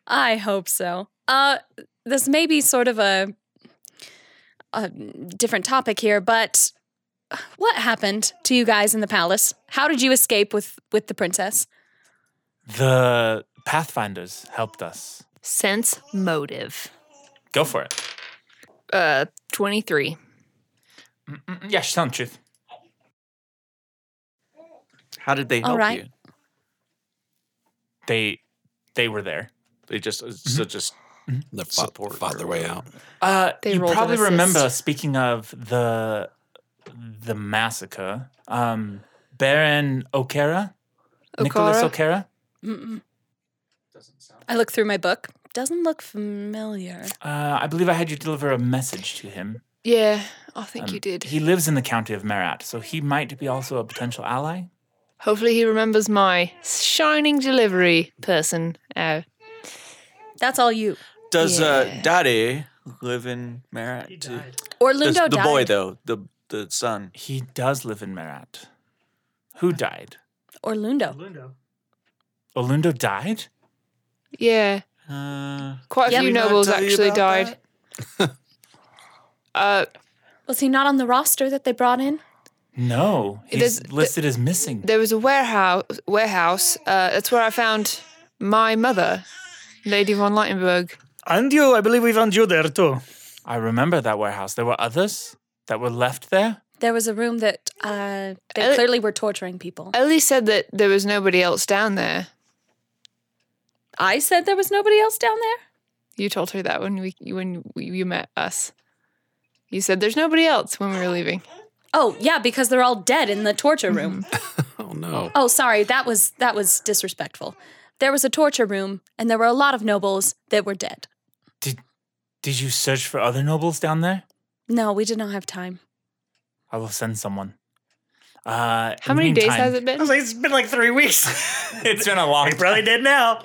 I hope so. Uh this may be sort of a a different topic here, but what happened to you guys in the palace? How did you escape with with the princess? The Pathfinders helped us. Sense motive. Go for it. Uh, twenty-three. Mm, Yeah, she's telling the truth. How did they All help right. you? They, they were there. They just so just They fought, Support Mm-hmm. fought their or way whatever. out. Uh, They you rolled an probably assist. remember speaking of the the massacre. Um, Baron O'Kara, Nicholas O'Kara. O'Kara? Mm-mm. I look through my book. Doesn't look familiar. Uh, I believe I had you deliver a message to him. Yeah, I think Um, you did. He lives in the county of Merat, so he might be also a potential ally. Hopefully, he remembers my shining delivery person. Uh, That's all you. Does uh Yeah. Daddy live in Marat? too? The, Orlando the died. boy though, the the son. He does live in Merat. Who died? Orlando. Olundo died? yeah, Uh, quite a Yep. few Did I nobles tell you actually about died. uh, Was he not on the roster that they brought in? No. It He's is- th- listed as missing. there was a warehouse. Warehouse. Uh, that's where I found my mother, Lady von Leitenberg. And you, I believe we found you there too. I remember that warehouse. There were others that were left there. There was a room that uh, they Uh, clearly were torturing people. Ellie said that there was nobody else down there. I said there was nobody else down there. You told her that when we when we, you met us. You said there's nobody else when we were leaving. Oh yeah, because they're all dead in the torture room. Oh no! oh, sorry, that was that was disrespectful. There was a torture room, and there were a lot of nobles that were dead. Did you search for other nobles down there? No, we did not have time. I will send someone. Uh, in the How many days meantime- has it I been? was like, it's been like three weeks. It's been a long I probably did now.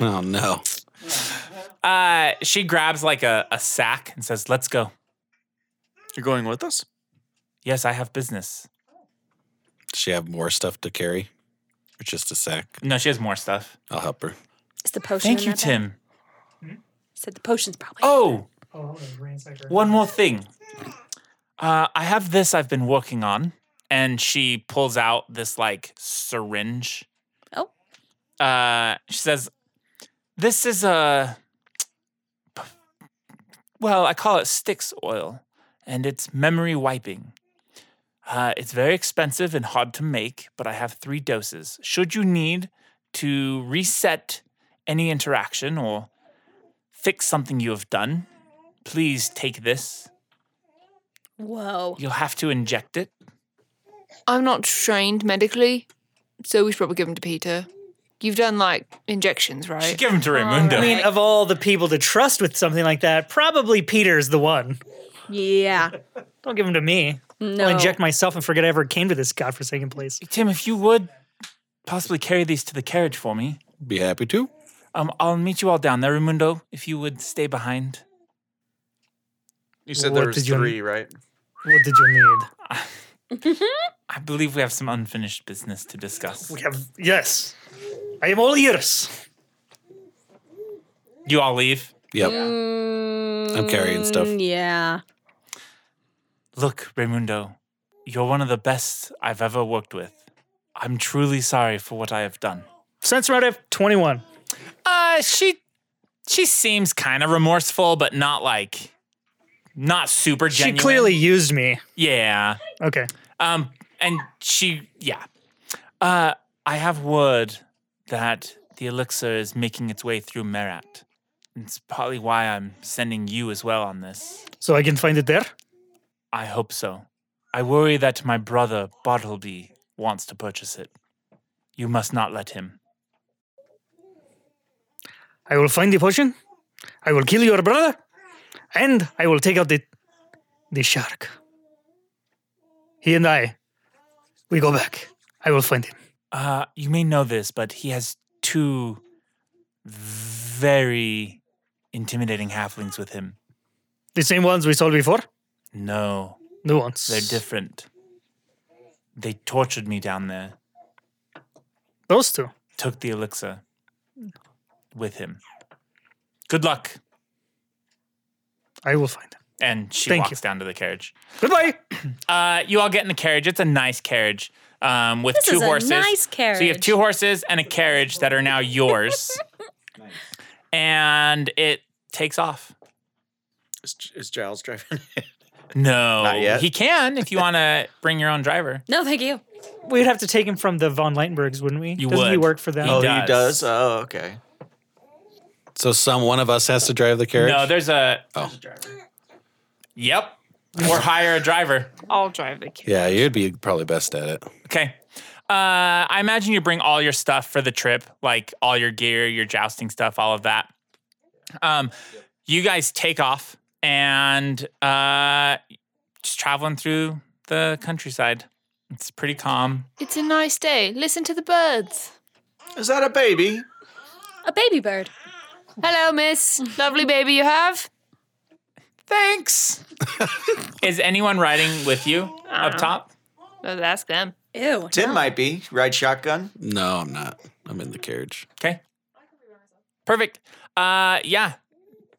Oh no! Uh, she grabs like a, a sack and says, Let's go. You're going with us? Yes, I have business. Does she have more stuff to carry? Or just a sack? No, she has more stuff. I'll help her. Is the potion? Thank in you, that bag? Tim. Said the potion's probably. Oh, one more thing. Uh, I have this I've been working on, and she pulls out this like syringe. Oh. Uh, she says, "This is a well, I call it Styx oil, and it's memory wiping. Uh, it's very expensive and hard to make, but I have three doses. Should you need to reset any interaction or fix something you have done, please take this. Whoa. You'll have to inject it. I'm not trained medically, so we should probably give them to Peter. You've done like injections, She right? give him to Raimundo. I mean, of all the people to trust with something like that, probably Peter's the one. Yeah. Don't give him to me. No. I'll inject myself and forget I ever came to this godforsaken place. Tim, if you would possibly carry these to the carriage for me, Be happy to. um, I'll meet you all down there, Raimundo. If you would stay behind, You said What there was did you- three, right? What did you need? I believe we have some unfinished business to discuss. We have yes. I am all ears. You all leave. Yep. I'm carrying stuff. Yeah. Look, Raimundo, you're one of the best I've ever worked with. I'm truly sorry for what I have done. Sense motive twenty one. Uh, she she seems kind of remorseful, but not like not super She genuine. clearly used me. yeah. Okay. Um, and she yeah. Uh, I have word that the elixir is making its way through Merat. It's partly why I'm sending you as well on this. So I can find it there. I hope so. I worry that my brother Bartleby wants to purchase it. You must not let him. I will find the potion. I will kill your brother, and I will take out the the shark. He and I, we go back. I will find him. Uh, you may know this, but he has two very intimidating halflings with him. The same ones we saw before. No, New ones. they're different. They tortured me down there, Those two. took the elixir with him. Good luck. I will find them. And she Thank walks you. down to the carriage. Goodbye. Uh, you all get in the carriage. It's a nice carriage um, with This two is a horses. nice So you have carriage. two horses and a carriage that are now yours. And it takes off. Is, is Giles driving? No, Not yet. he can if you want to bring your own driver. No, thank you. We'd have to take him from the von Leitenbergs, wouldn't we? You Doesn't he would. work for them? He oh, does. he does. Oh, okay. So some one of us has to drive the carriage. No, there's a. Oh. Yep. Or hire a driver. I'll drive the kid. yeah, you'd be probably best at it. Okay. Uh, I imagine you bring all your stuff for the trip, like all your gear, your jousting stuff, all of that. Um, you guys take off and uh, just traveling through the countryside. It's pretty calm. It's a nice day. Listen to the birds. Is that a baby? A baby bird. Hello, miss. Lovely baby you have. Thanks. Is anyone riding with you Uh-huh. up top? Let's ask them. Ew. Tim might be. Ride shotgun. No, I'm not. I'm in the carriage. Okay. Perfect. Uh, yeah.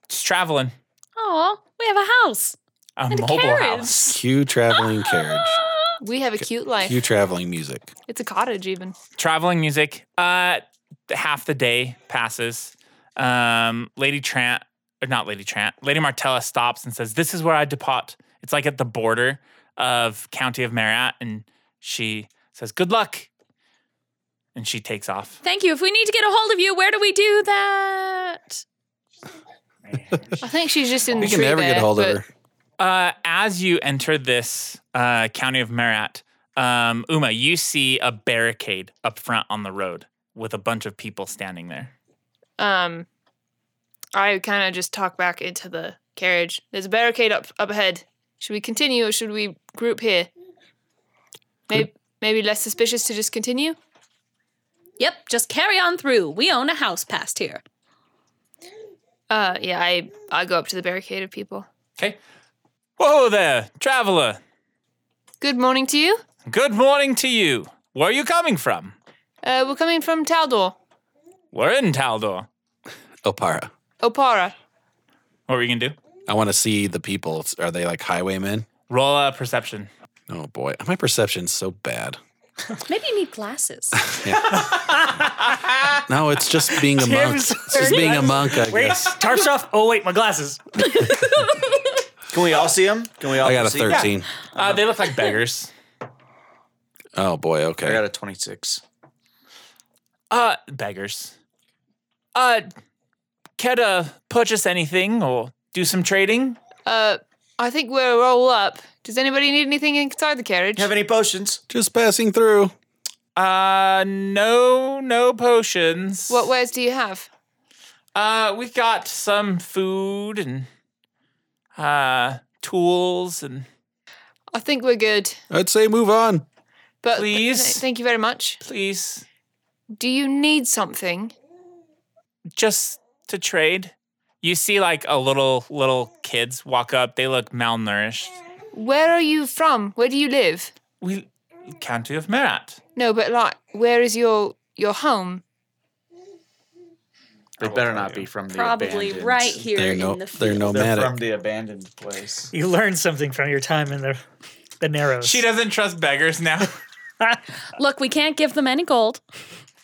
Just traveling. Aw, we have a house. A And a mobile carriage. house. Cue traveling carriage. We have a Cue cute life. traveling music. It's a cottage, even. Traveling music. Uh, half the day passes. Um, Lady Trant, or not Lady Trant, Lady Martella stops and says, This is where I depart. It's like at the border of County of Marat. And she says, Good luck. And she takes off. Thank you. If we need to get a hold of you, where do we do that? I think she's just in We the can tree never get there, hold of but her. Uh, as you enter this uh, county of Marat, um, Uma, you see a barricade up front on the road with a bunch of people standing there. um I kind of just talk back into the carriage. There's a barricade up up ahead. Should we continue or should we group here? Maybe maybe less suspicious to just continue? Yep, just carry on through. We own a house past here. Uh, yeah, I I go up to the barricade of people. Okay. Whoa there, traveler. Good morning to you. Good morning to you. Where are you coming from? Uh, we're coming from Taldor, We're in Taldor. Opara. Opara. What are you gonna do? I want to see the people. Are they like highwaymen? Roll a perception. Oh boy, my perception's so bad. Maybe you need glasses. No, it's just being a monk. Tim's- It's just being a monk, I Wait, guess. tarps off. Oh, wait, my glasses. Can we all see him? Can we all I got a see thirteen. Uh, they look like beggars. Oh boy, Yeah. I okay. got a 26. Uh, beggars. Uh, care to purchase anything or do some trading? Uh, I think we're all up. Does anybody need anything inside the carriage? You have any potions? Just passing through. Uh, no, no potions. what wares do you have? Uh, we got some food and uh tools and I think we're good. I'd say move on. But th- Please. th- thank you very much. please Do you need something? just to trade. You see, like a little little kids walk up. They look malnourished. Where are you from? Where do you live? We county of Merat. No, but like, where is your your home? They better not be from the Probably abandoned. right here They're in no, the they're field. They're nomadic. from the abandoned place. You learned something from your time in the the narrows. She doesn't trust beggars now. Look, we can't give them any gold.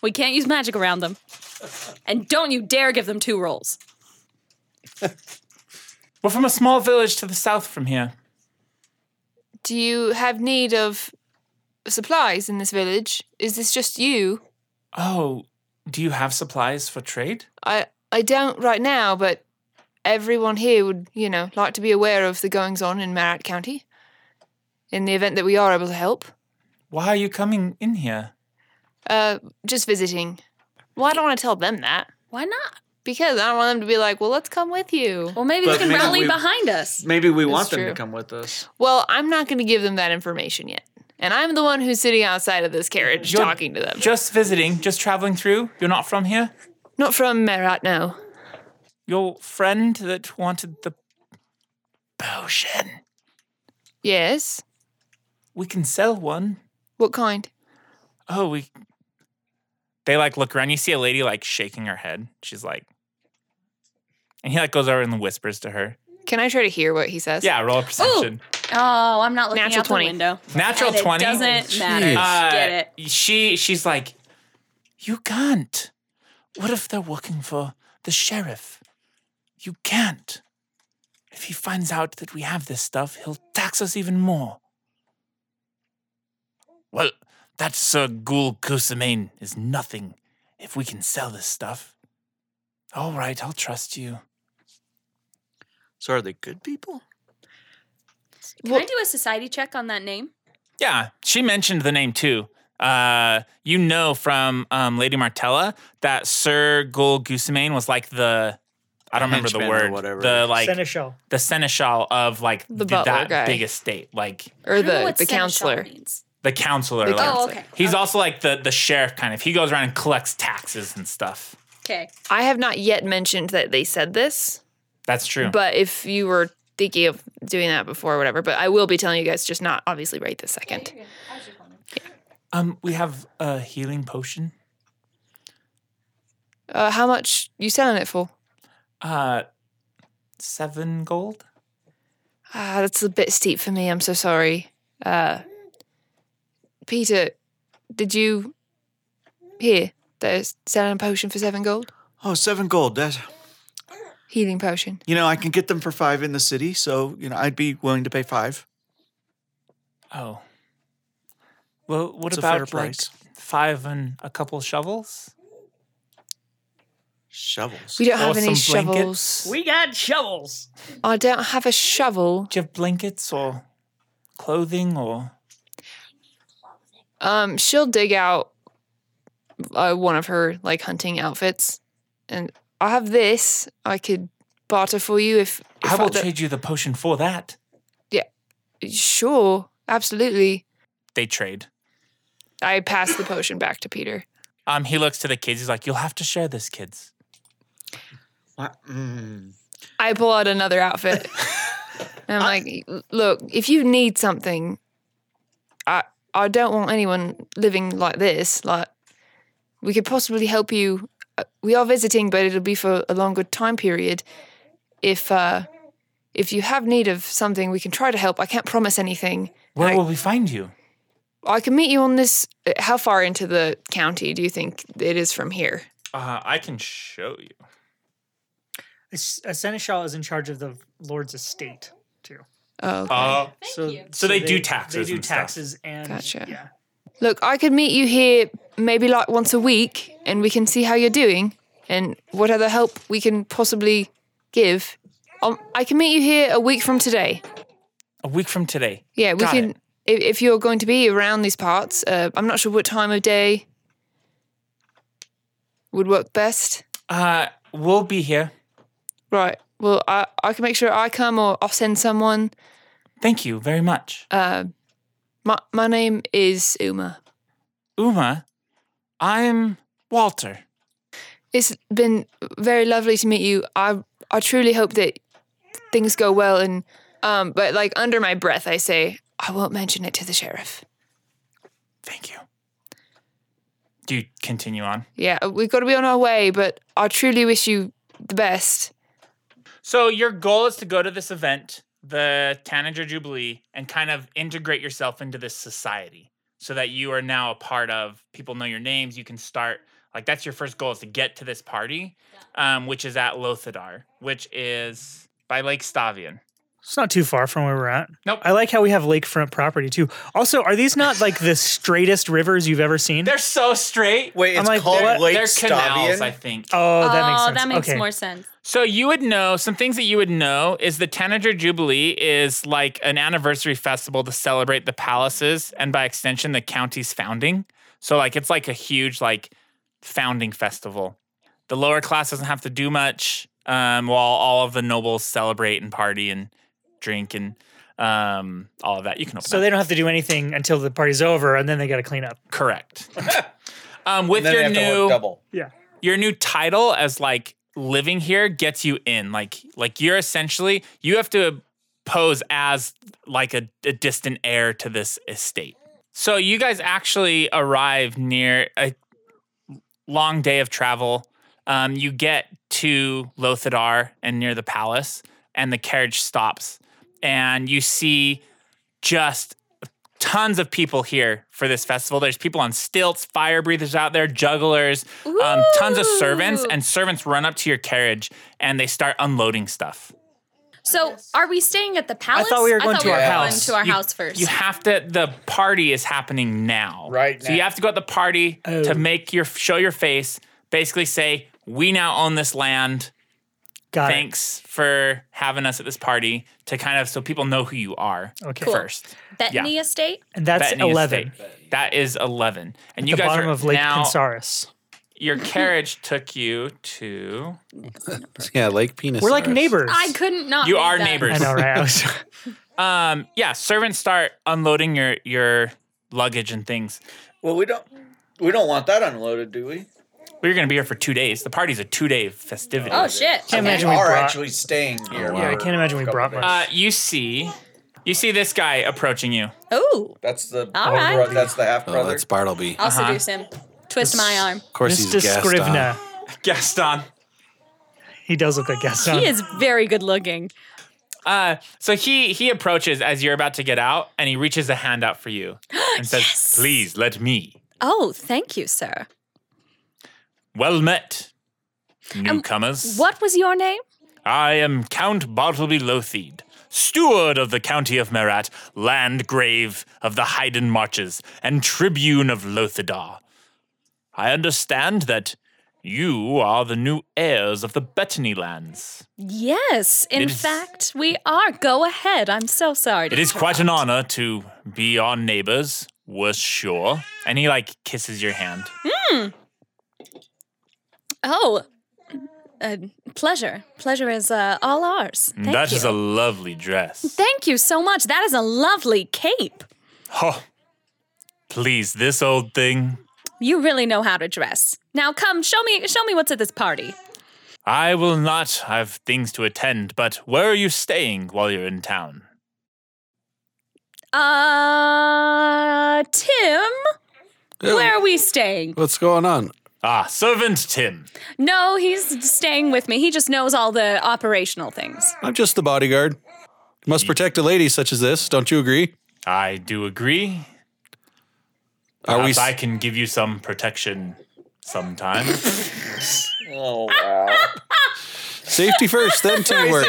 We can't use magic around them. And don't you dare give them two rolls. We're from a small village to the south from here. Do you have need of supplies in this village? Is this just you? Oh, do you have supplies for trade? I I don't right now, but everyone here would, you know, like to be aware of the goings on in Marat County. In the event that we are able to help, Why are you coming in here? uh, just visiting. Well, I don't want to tell them that Why not? because I don't want them to be like, "Well, let's come with you." Well, maybe But they can maybe rally we- behind us. Maybe we want them to true. come with us. Well, I'm not going to give them that information yet, and I'm the one who's sitting outside of this carriage You're talking to them. Just visiting, just traveling through. You're not from here. Not from Merat, no. Your friend that wanted the potion. Yes. We can sell one. What kind? Oh, we. They like look around. You see a lady like shaking her head. She's like, and he like goes over and whispers to her. Can I try to hear what he says? Yeah, roll a perception. Oh, I'm not looking Natural out the 20. window. Natural And it twenty. Oh, doesn't matter. Uh, Get it. She she's like, you can't. What if they're working for the sheriff? You can't. If he finds out that we have this stuff, he'll tax us even more. Well, that Sir Gul Kusamane is nothing if we can sell this stuff. All right, I'll trust you. So are they good people? Can I do a society check on that name? Yeah, she mentioned the name too. Uh, you know from um, Lady Martella that Sir Gul Gusamane was like the I don't remember the Henchman or word, whatever. the like Seneschal. the seneschal of like The th- butler that guy. big estate, like Or I don't know the, what the seneschal counselor. means. the counselor. The like- counselor. Oh, Counselor. okay. He's also like the the sheriff kind of. He goes around and collects taxes and stuff. Okay. I have not yet mentioned that they said this, That's true. but if you were thinking of doing that before or whatever, but I will be telling you guys, just not obviously right this second. um, we have a healing potion. Uh, how much you selling it for? Uh, seven gold. Ah, that's a bit steep for me. I'm so sorry. Uh, Peter, did you hear that it's selling a potion for seven gold? Oh, seven gold. That Healing potion. you know, I can get them for five in the city, so you know, I'd be willing to pay five. Oh. Well, what It's a fair about like price. five and a couple shovels? Shovels. We don't Or have any some blankets? shovels. We got shovels. I don't have a shovel. Do you have blankets or clothing or? Um, she'll dig out uh, one of her like hunting outfits, and I have this. I could barter for you if. if I will the- trade you the potion for that. Sure, absolutely. They trade. I pass the potion back to Peter. Um, he looks to the kids. He's like, "You'll have to share this, kids." What? Mm. I pull out another outfit. and I'm like, look, if you need something, I I don't want anyone living like this. Like, we could possibly help you. Uh, We are visiting, but it'll be for a longer time period. If uh, if you have need of something, we can try to help. I can't promise anything. Where will we find you? I can meet you on this. uh, How far into the county do you think it is from here? Uh, I can show you. A s- a uh, seneschal is in charge of the lord's estate too. Oh, okay. Uh, so, they do taxes They do and stuff. taxes and Gotcha. yeah. Look, I could meet you here maybe like once a week and we can see how you're doing and what other help we can possibly give. Um, I can meet you here a week from today. A week from today. Yeah, we Got can. it. If, if you're going to be around these parts, uh, I'm not sure what time of day would work best. Uh, we'll be here. Right. Well, I, I can make sure I come or I'll send someone. Thank you very much. Uh, my, my name is Uma. Uma, I'm Walter. It's been very lovely to meet you. I I truly hope that things go well and um but like under my breath I say I won't mention it to the sheriff. Thank you. Do you continue on? Yeah, we've got to be on our way, but I truly wish you the best. So your goal is to go to this event, the Tanager Jubilee, and kind of integrate yourself into this society so that you are now a part of people know your names, you can start like that's your first goal is to get to this party, um, which is at Lothidar, which is by Lake Stavian. It's not too far from where we're at. Nope. I like how we have lakefront property too. Also, are these not like the straightest rivers you've ever seen? They're so straight. Wait, I'm it's like, called They're, Lake they're canals, Stavian? I think. oh, that makes oh, sense. that makes okay. more sense. So you would know some things that you would know is the Tanager Jubilee is like an anniversary festival to celebrate the palaces and by extension the county's founding. So like it's like a huge like founding festival. The lower class doesn't have to do much um, while all of the nobles celebrate and party and drink and um, all of that. You can open So up. they don't have to do anything until the party's over, and then they got to clean up. correct. um, with And then they your have to work new double. Yeah. your new title as like living here gets you in like like you're essentially you have to pose as like a, a distant heir to this estate so you guys actually arrive near a long day of travel um, you get to lothidar and near the palace and the carriage stops and you see just tons of people here for this festival. There's people on stilts, fire breathers out there, jugglers, um, tons of servants, Ooh. and servants run up to your carriage and they start unloading stuff. So, are we staying at the palace? thought we were going to our going house. to our You- house first. You have to. The party is happening now. Right So you now. have to go at the party Oh. to make your show your face. Basically, say we now own this land. Got Thanks for having us at this party to kind of so people know who you are Okay. Cool. first. Bettany yeah. Estate. it. And that's Bettany eleven. Estate. That is eleven. And you the guys bottom are of Lake now. Kinsaris. Your carriage took you to. Yeah, Lake Penis. We're like neighbors. I couldn't not. You read are that. neighbors. I know, right? I was- Um, yeah, servants start unloading your your luggage and things. Well, we don't we don't want that unloaded, do we? We're gonna be here for two days. The party's a two day festivity. Oh shit. Can't Okay. We imagine we are brought- actually staying here. yeah, I for can't imagine we a couple brought days. much. Uh, you see, you see this guy approaching you. Ooh. That's the All right. bro- that's the half Oh, brother. that's Bartleby. I'll Uh-huh. seduce him. Twist my arm. Of course, Mr. he's Gaston. Scrivener. Gaston. He does look like Gaston. Uh-huh. He is very good looking. Uh, so he he approaches as you're about to get out, and he reaches a hand out for you and says, "Please let me." Oh, thank you, sir. Well met, newcomers. What was your name? I am Count Bartleby Lothied, steward of the county of Merat, land grave of the Haydn Marches, and tribune of Lothidar. I understand that you are the new heirs of the Bettany lands. Yes, in It is- fact, we are. Go ahead. I'm so sorry. To It is quite an interrupt. honor to be our neighbors, was sure. And he like kisses your hand. Oh, uh, pleasure. Pleasure is uh, all ours. Thank That is you. a lovely dress. Thank you so much. That is a lovely cape. Oh, please, this old thing. You really know how to dress. Now come, show me, show me what's at this party. I will not. I've things to attend, but where are you staying while you're in town? Uh, Tim, where are we staying? What's going on? Ah, servant Tim. No, he's staying with me. He just knows all the operational things. I'm just the bodyguard. Must protect a lady such as this. Don't you agree? I do agree. Are we? Perhaps I can give you some protection sometime. Safety first, then teamwork.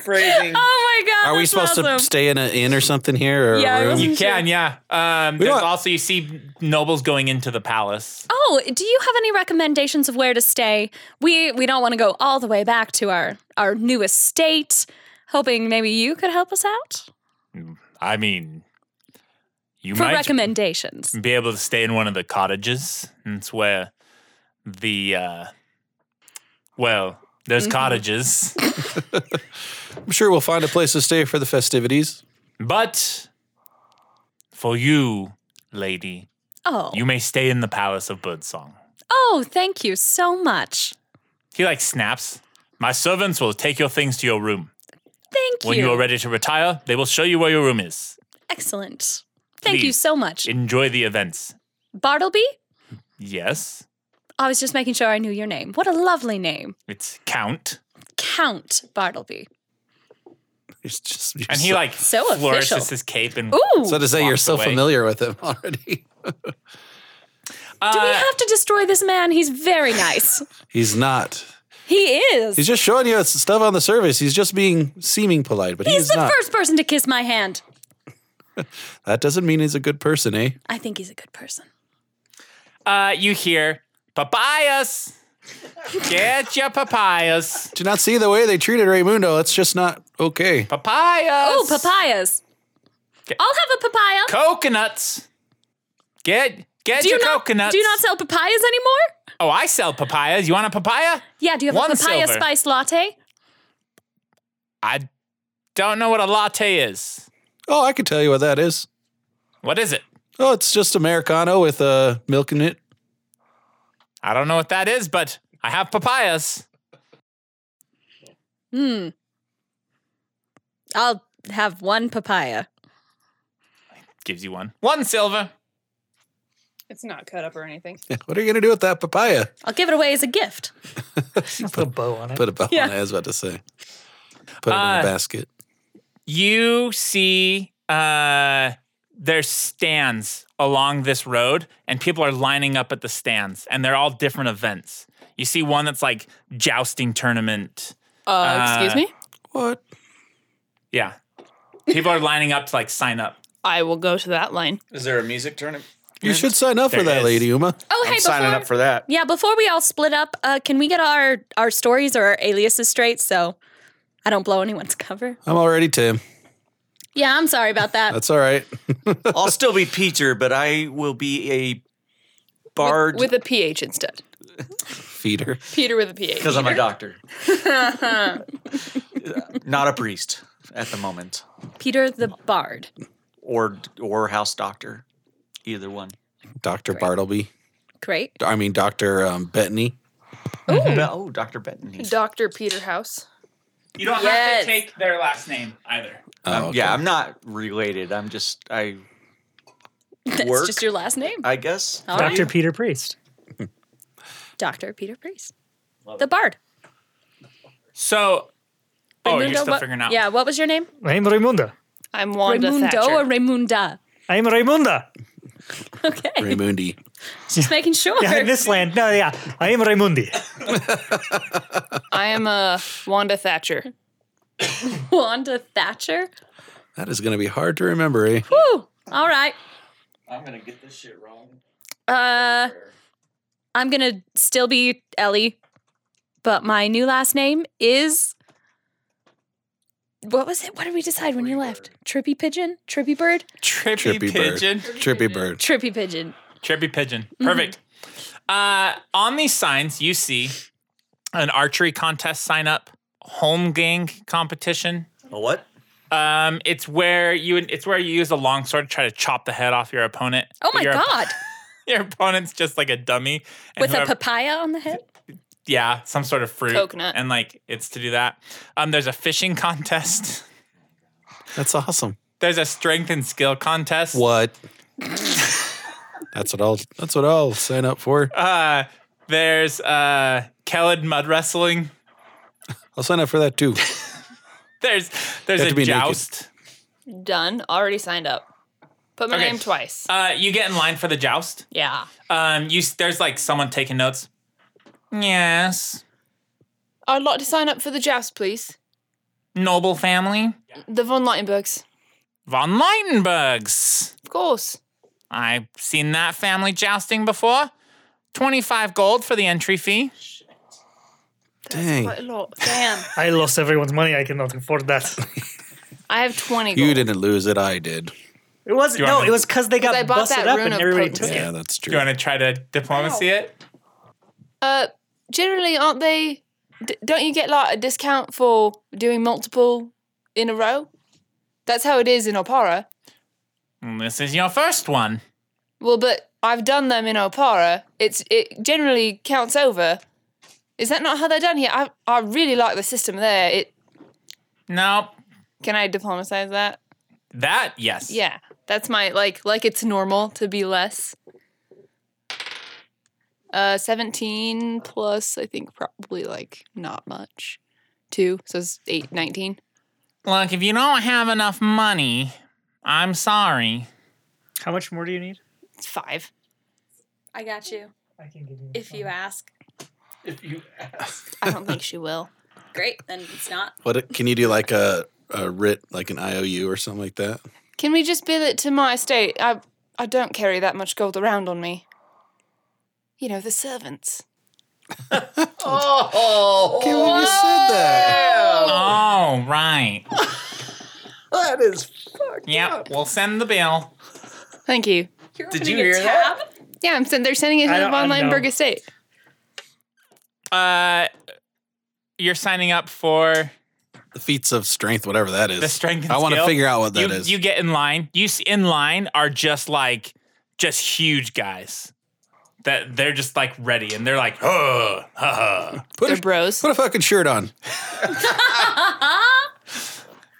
Phrasing. Oh my god! Are we that's supposed awesome. to stay in an inn or something here? Or Yeah, I a room? was- you can, yeah. Um, We there's don't- also, you see nobles going into the palace. Oh, do you have any recommendations of where to stay? We we don't want to go all the way back to our our new estate. Hoping maybe you could help us out I mean, you for might Mm. recommendations. be able to stay in one of the cottages. And It's where the, uh, well, there's Mm-hmm. cottages, I'm sure we'll find a place to stay for the festivities. but for you, lady, Oh, you may stay in the palace of Birdsong. oh, thank you so much. He like snaps. My servants will take your things to your room. Thank When you are ready to retire, they will show you where your room is. Excellent. Thank you Please. so much, Enjoy the events. Bartleby. Yes, I was just making sure I knew your name. What a lovely name, it's Count. Count Bartleby. It's just, you're And so- he like So flourishes official. his cape and Ooh, So to say, you're walks so away. familiar with him already. do we Uh, have to destroy this man? He's very nice. He's not. he is. He's just showing you stuff on the surface. He's just being seeming polite, but He's he's the not. first person to kiss my hand. That doesn't mean he's a good person, eh? I think he's a good person. uh, you hear papayas. Get your papayas. Do you not see the way they treated Raymundo? That's just not okay. Papayas. Oh, papayas. I'll have a papaya. Coconuts. Get get do you your not coconuts. do you not sell papayas anymore? oh, I sell papayas. You want a papaya? Yeah, do you have One a papaya silver. spice latte? I don't know what a latte is. Oh, I can tell you what that is. What is it? Oh, it's just Americano with uh, milk in it. I don't know what that is, but I have papayas. Hmm. I'll have one papaya. Gives you one. One silver. It's not cut up or anything. What are you going to do with that papaya? I'll give it away as a gift. Put a bow on it. Put a bow Yeah. on it, I was about to say. Put it in Uh, a basket. you see uh there's stands along this road and people are lining up at the stands and they're all different events you see one that's like jousting tournament Uh, excuse Uh, me? What? yeah people are lining up to like sign up I will go to that line. Is there a music tournament? You should sign up for There that, is. Lady Uma. Oh, I'm hey, before signing up for that. Yeah, before we all split up, uh, can we get our our stories or our aliases straight so I don't blow anyone's cover? I'm already Tim. Yeah, I'm sorry about Uh, that. That's all right. I'll still be Peter, but I will be a bard With a PH instead. Feeder. Peter with a PH. because I'm a doctor. Not a priest at the moment, Peter the Bard. or or house doctor, either one. Dr. Bartleby. Great. I mean, Dr. Um, Bettany. Be- oh, Doctor Bettany. Dr. Peter House. you don't have to Yes. take their last name either Um, Oh, okay. Yeah, I'm not related. I'm just I That's work. just your last name. I guess. All right. Dr. Peter Priest. Dr. Peter Priest. The Bard. so oh you're Raimundo, still what- figuring out Yeah, what was your name? I'm Raimunda. I'm Wanda Raimundo Thatcher. or Raimunda? I'm Raimunda. Okay. Raymundi. Just making sure. Yeah, in this land. No, yeah. I am Raimundi. I am uh, a Wanda Thatcher. Wanda Thatcher. That is going to be hard to remember, eh? Woo! All right. I'm gonna get this shit wrong. Uh I'm gonna still be Ellie, but my new last name is what was it? What did we decide when you left? Trippy pigeon? Trippy bird? trippy, Trippy bird. pigeon Trippy bird. Trippy pigeon. Cherry pigeon. Mm-hmm. Perfect. Uh, on these signs, you see an archery contest sign up, home gang competition. A what? Um, it's where you it's where you use a long sword to try to chop the head off your opponent. Oh my Your- god! Your opponent's just like a dummy. and With a whoever- papaya on the head? yeah, some sort of fruit. Coconut. And like it's to do that. Um, there's a fishing contest. That's awesome. There's a strength and skill contest. What? that's what I'll. That's what I'll sign up for. Uh, there's uh, Kellid mud wrestling. I'll sign up for that too. There's there's have a to be naked. joust. Done. Already signed up. Put my Okay. name twice. Uh, you get in line for the joust. yeah. Um, you s- there's like someone taking notes. Yes, I'd like to sign up for the joust, please. noble family The von Leitenbergs. von Leitenbergs. Of course. I've seen that family jousting before. Twenty-five gold for the entry fee. Dang, Quite a lot. Damn. I lost everyone's money. I cannot afford that. I have 20 gold. you didn't lose it. I did. It wasn't. You want No, me- it was because they got I bought busted that up rune and of everybody potency. took it. Yeah, that's Do true. you want to try to diplomacy it? Uh, generally, aren't they? D- don't you get like a discount for doing multiple in a row? That's how it is in Opara. Mm, This is your first one. Well, but I've done them in Opara. It's it generally counts over. Is that not how they're done here? I I really like the system there. It No, can I diplomatize that? that yes. Yeah, that's my like like it's normal to be less. Uh, seventeen plus I think probably like not much, two so it's eight nineteen. Look, if you don't have enough money, I'm sorry. How much more do you need? It's five. I got you. I can give you. If you ask. I don't think she will. Great, then it's not. What can you do? Like a a writ, like an IOU or something like that. Can we just bill it to my estate? I I don't carry that much gold around on me. You know the servants. Okay, well, you said that. Oh, right. That is Yep, we'll send the bill. Thank you. Did you hear that? Yeah, I'm send, they're sending it to I the don't- I von don't know. Leinberg estate. Uh, you're signing up for The feats of strength, whatever that is. the strength. And I want to skill. figure out what that you, is. You get in line. You s- in line are just like just huge guys. That they're just like ready, and they're like, huh, huh, huh. put, They're a, bros. put a fucking shirt on.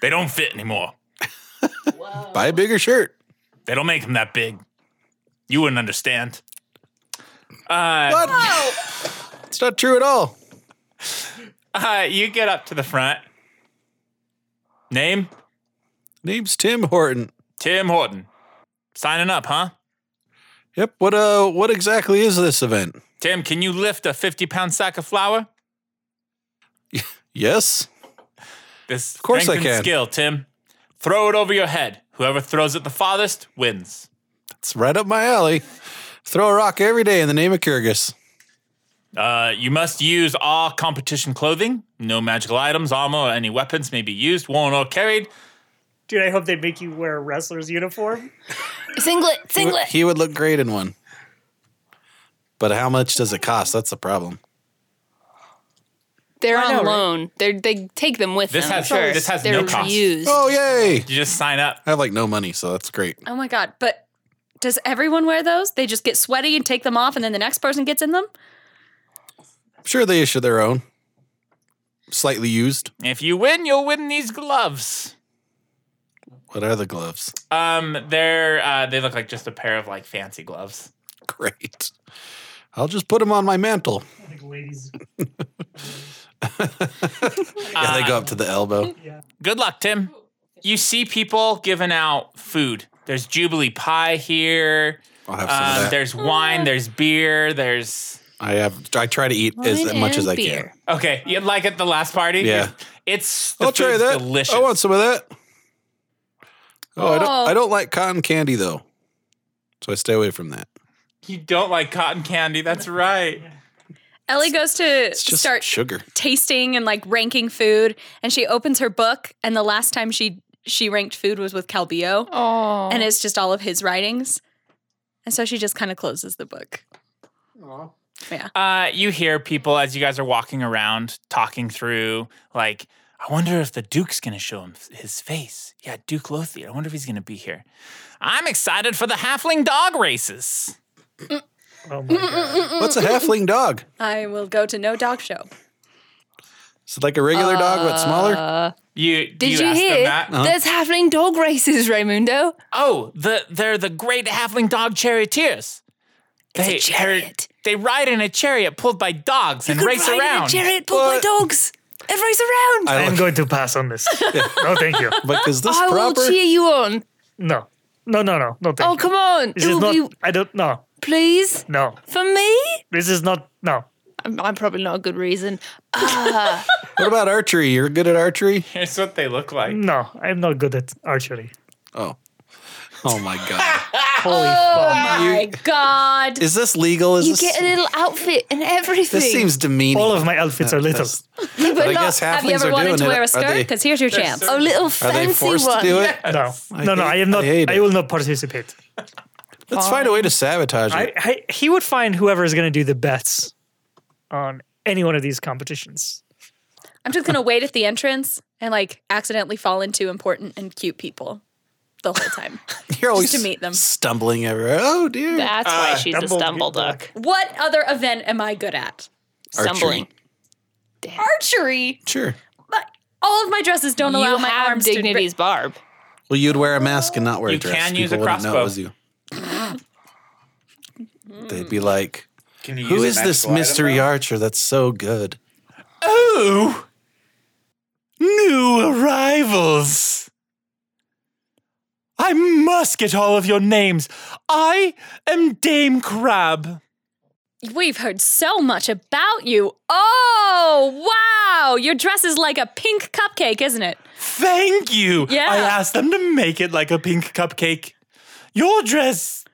they don't fit anymore. Buy a bigger shirt. They don't make them that big. You wouldn't understand. Uh, What? it's not true at all. Uh, you get up to the front. Name? Name's Tim Horton. Tim Horton. Signing up, huh? Yep. What uh what exactly is this event? Tim, can you lift a 50 pound sack of flour? Yes. This of course I can. skill, Tim. Throw it over your head. Whoever throws it the farthest wins. It's right up my alley. Throw a rock every day in the name of Kyrgyz. Uh, you must use all competition clothing. No magical items, armor, or any weapons may be used, worn, or carried. Dude, I hope they make you wear a wrestler's uniform. Singlet, He would, singlet. he would look great in one. But how much does it cost? That's the problem. They're I know, on right? loan. They they take them with This them. has- I'm sure. this has They're no cost. used. Oh yay! You just sign up. I have like no money, so that's great. Oh my god, but does everyone wear those? They just get sweaty and take them off and then the next person gets in them? I'm sure they issue their own. Slightly used. If you win, you'll win these gloves. What are the gloves? Um, they're uh, they look like just a pair of like fancy gloves. Great. I'll just put them on my mantle. Like ladies. Yeah, they go up to the elbow. Um, Good luck, Tim. You see people giving out food. There's Jubilee pie here. I'll have some of Um, that. there's wine. There's beer. There's I have. I try to eat as Wine much as and I beer. can. okay. You like at the last party? Yeah. It's the I'll try food's that. Delicious. I want some of that. Oh, I don't. Oh. I don't like cotton candy though, so I stay away from that. you don't like cotton candy. That's right. Ellie goes to It's just start sugar. tasting and like ranking food and she opens her book and the last time she she ranked food was with Calbio Oh. and it's just all of his writings. And so she just kind of closes the book. Uh, you hear people as you guys are walking around talking through, like, I wonder if the Duke's gonna show him his face. Yeah, Duke Lothian. I wonder if he's gonna be here. I'm excited for the halfling dog races. Oh my god. What's a halfling dog? I will go to no dog show. Is it like a regular dog but smaller? You did you ask hear? them that? There's happening dog races, Raimundo. Oh, the they're the great halfling dog charioteers. They chariot. Are, they ride in a chariot pulled by dogs and Could race ride in a around. chariot pulled by But- dogs and race around. I I'm like, going to pass on this. No, thank you. but is this Oh, I will proper? cheer you on. No. No, no, no. No, thank Oh, you. come on. This it is will not. be, I don't. No. please, No. for me? This is not. No. I'm, I'm probably not a good reason. What about archery? You're good at archery? Here's what they look like. No. I'm not good at archery. Oh. Oh my god. Holy fuck. My God. Is this legal? Is You this get a little outfit and everything. This seems demeaning. All of my outfits are little. That's- but I guess halflings Have you ever are wanted doing to it. wear Are a skirt? they- Because here's your chance. a little Are fancy they forced one. to do it? No. I no, no. hate- I am not. I, I hate it. will not participate. Let's find a way to sabotage it. I, I, he would find whoever is going to do the bets on any one of these competitions. I'm just gonna wait at the entrance and like accidentally fall into important and cute people the whole time. You're always to meet them. stumbling everywhere. Oh dear. That's why she's a double stumble kickback. duck. what other event am I good at? Stumbling. Archery. Sure. But all of my dresses don't allow You my have arms dignities, to. Barb. Well, you'd wear a mask and not wear You a dress. can use a People wouldn't know crossbow. it was you. They'd be like, Can you "Who is this mystery archer that's so good?" Oh, New arrivals. I must get all of your names. I am Dame Crab. Br- We've heard so much about you. Oh wow! Your dress is like a pink cupcake, isn't it? Thank you. Yeah. I asked them to make it like a pink cupcake. Your dress.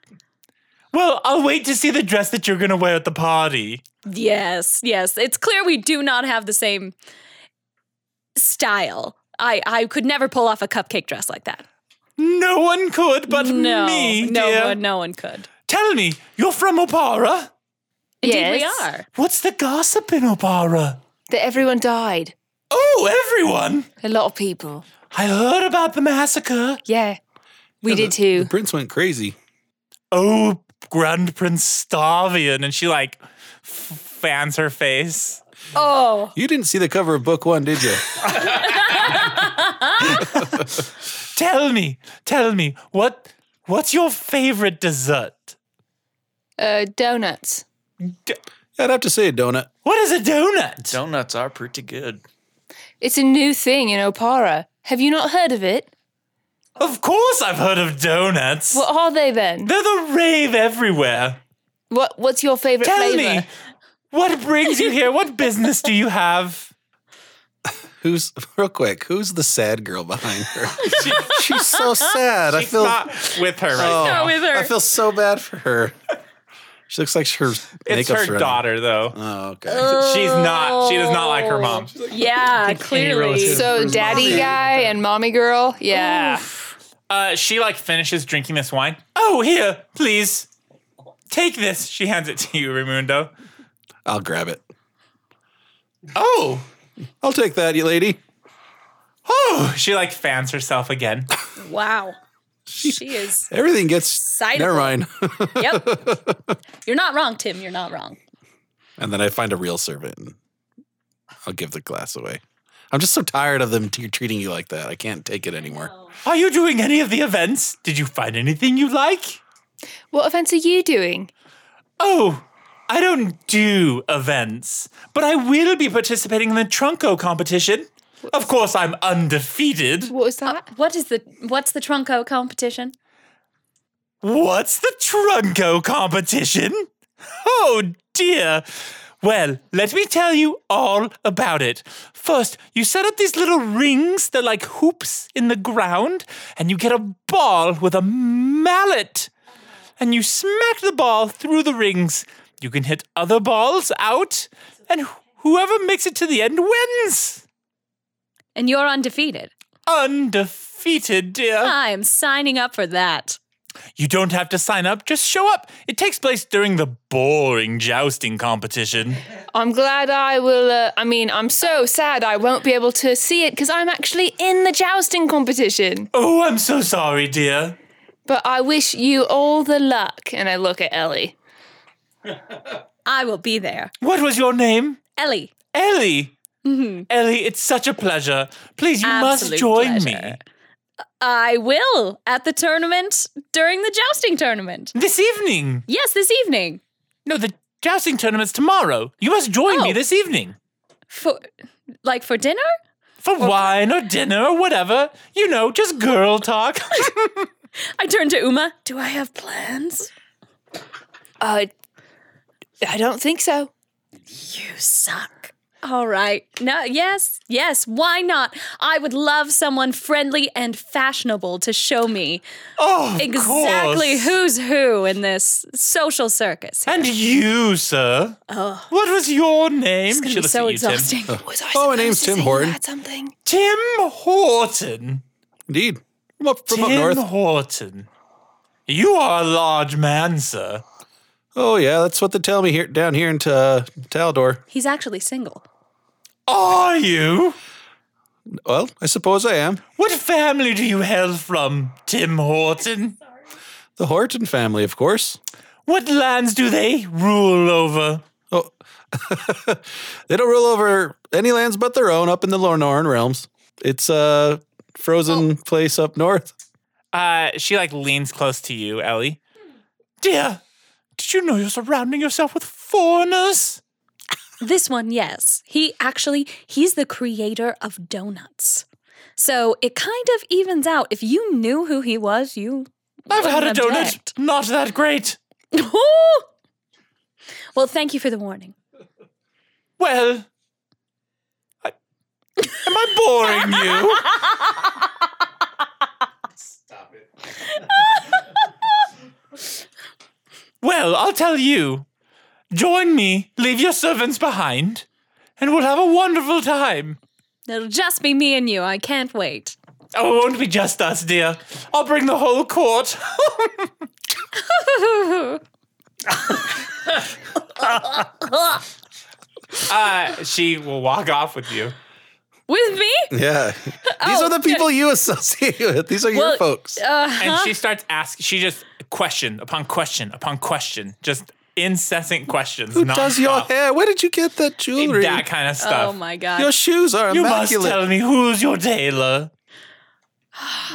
Well, I'll wait to see the dress that you're going to wear at the party. Yes, yes. It's clear we do not have the same style. I I could never pull off a cupcake dress like that. No one could but no, me, no dear. one, no one could. Tell me, you're from Opara? Indeed, Yes. we are. What's the gossip in Opara? That everyone died. Oh, everyone! A lot of people. I heard about the massacre. Yeah. We did The too. prince went crazy. Oh, Grand Prince Stavian. And she like f- fans her face. Oh, You didn't see the cover of book one, did you? Tell me, tell me, what what's your favorite dessert? Uh, donuts. I'd have to say a donut. What is a donut? Donuts are pretty good. It's a new thing in Opara. Have you not heard of it? Of course I've heard of donuts. What are they then? They're the rave everywhere. What What's your favorite Tell flavor? me, what brings you here? What business do you have? Who's real quick? Who's the sad girl behind her? She's so sad. I feel. with her oh, right now. with her. I feel so bad for her. She looks like her. It's makeup's her running. daughter, though. Oh, okay. She's not. She does not like her mom. yeah, any clearly. relative. So, Oh, daddy guy and mommy girl? Yeah. Uh, she like finishes drinking this wine. Oh, here, please. Take this. She hands it to you, Raimundo. I'll grab it. Oh, I'll take that, you lady. oh. She like fans herself again. Wow, she is. Everything gets. Excitable. Never mind. Yep, you're not wrong, Tim. You're not wrong. and then I find a real servant. And I'll give the glass away. I'm just so tired of them t- treating you like that. I can't take it anymore. Are you doing any of the events? Did you find anything you like? What events are you doing? Oh, I don't do events, but I will be participating in the Trunco competition. Of course, I'm undefeated. What was that? What is the what's the trunco competition? What's the Trunco competition? Oh dear. Well, let me tell you all about it. First, you set up these little rings, they're like hoops in the ground, and you get a ball with a mallet. And you smack the ball through the rings. You can hit other balls out, and wh- whoever makes it to the end wins. And you're undefeated. Undefeated, dear. I'm signing up for that. You don't have to sign up, just show up. It takes place during the boring jousting competition. I'm glad I will. Uh, I mean, I'm so sad I won't be able to see it because I'm actually in the jousting competition. Oh, I'm so sorry, dear. But I wish you all the luck. And I look at Ellie. I will be there. What was your name? Ellie. Ellie. hmm Ellie, it's such a pleasure. Please, you must Absolute join me pleasure. I will at the tournament during the jousting tournament. this evening. Yes, this evening. No, the jousting tournament's tomorrow. You must join me Oh. this evening For like for dinner? for wine or dinner or whatever. You know, just girl talk. I turn to Uma. Do I have plans? Uh, I don't think so. You suck. All right. No, yes, yes, why not? I would love someone friendly and fashionable to show me oh, of exactly course. who's who in this social circus. And you, sir. Oh. What was your name? It's gonna She be looks so at you, Tim. exhausting. Was I Oh, my supposed name's to Tim say you Horton. had something. Tim Horton. Indeed. From up, from up Tim north. Horton. You are a large man, sir. Oh yeah, that's what they tell me here down here in T- uh, Taldor. He's actually single. Are you? Well, I suppose I am. What family do you hail from, Tim Horton? The Horton family, of course. What lands do they rule over? Oh, they don't rule over any lands but their own up in the Lornoran realms. It's a frozen Oh. place up north. Uh, she like leans close to you, Ellie. Dear, did you know you're surrounding yourself with foreigners? This one, yes. He actually, he's the creator of donuts. So it kind of evens out. If you knew who he was, you. I've had a wouldn't donut. object. Not that great. well, thank you for the warning. Well, I, am I boring you? Well, I'll tell you. Join me, leave your servants behind, and we'll have a wonderful time. It'll just be me and you. I can't wait. Oh, it won't be just us, dear. I'll bring the whole court. uh, she will walk off with you. With me? Yeah. These are the people you associate with. These are your Oh. Well, uh, folks. And she starts asking, she just question upon question upon question, just incessant questions. Who does your hair? Where did you get that jewelry? That kind of stuff. Oh my God. Your shoes are you must immaculate. tell me who's your tailor.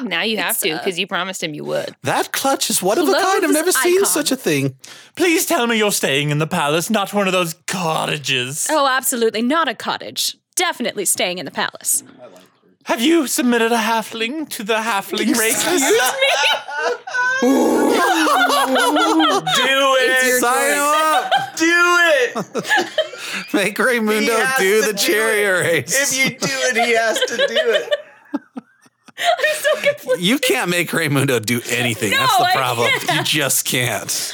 Now you have to because you promised him you would. that clutch is one of a kind. I've Clothes never seen icon. such a thing. Please tell me you're staying in the palace, not one of those cottages. Oh, absolutely. Not a cottage. Definitely staying in the palace. Have you submitted a halfling to the halfling race? Do it. Sign him up. Do it. Make Raymundo has do to the do chariot If race. you do it, he has to do it. You, can't make Raymundo do anything. That's the I problem. You just can't.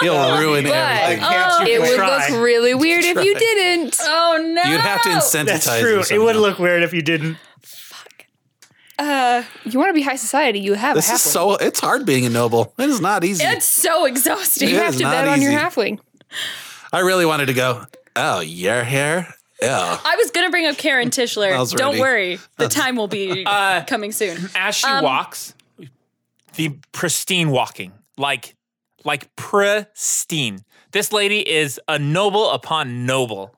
He'll ruin But everything. Can't you it would try. look really weird if you didn't. Oh, no. You'd have to incentivize That's him true. It somehow. would look weird if you didn't. Uh, You want to be high society? You have This a halfling. is so. It's hard being a noble. It is not easy. It's so exhausting. It you have is to not bet on your easy. halfling. I really wanted to go. Oh, your hair. Oh, Yeah. I was gonna bring up Karen I Tischler. was Don't ready. Uh, worry, the time will be coming soon. As she Um, walks, the pristine walking, like like pristine. This lady is a noble upon noble.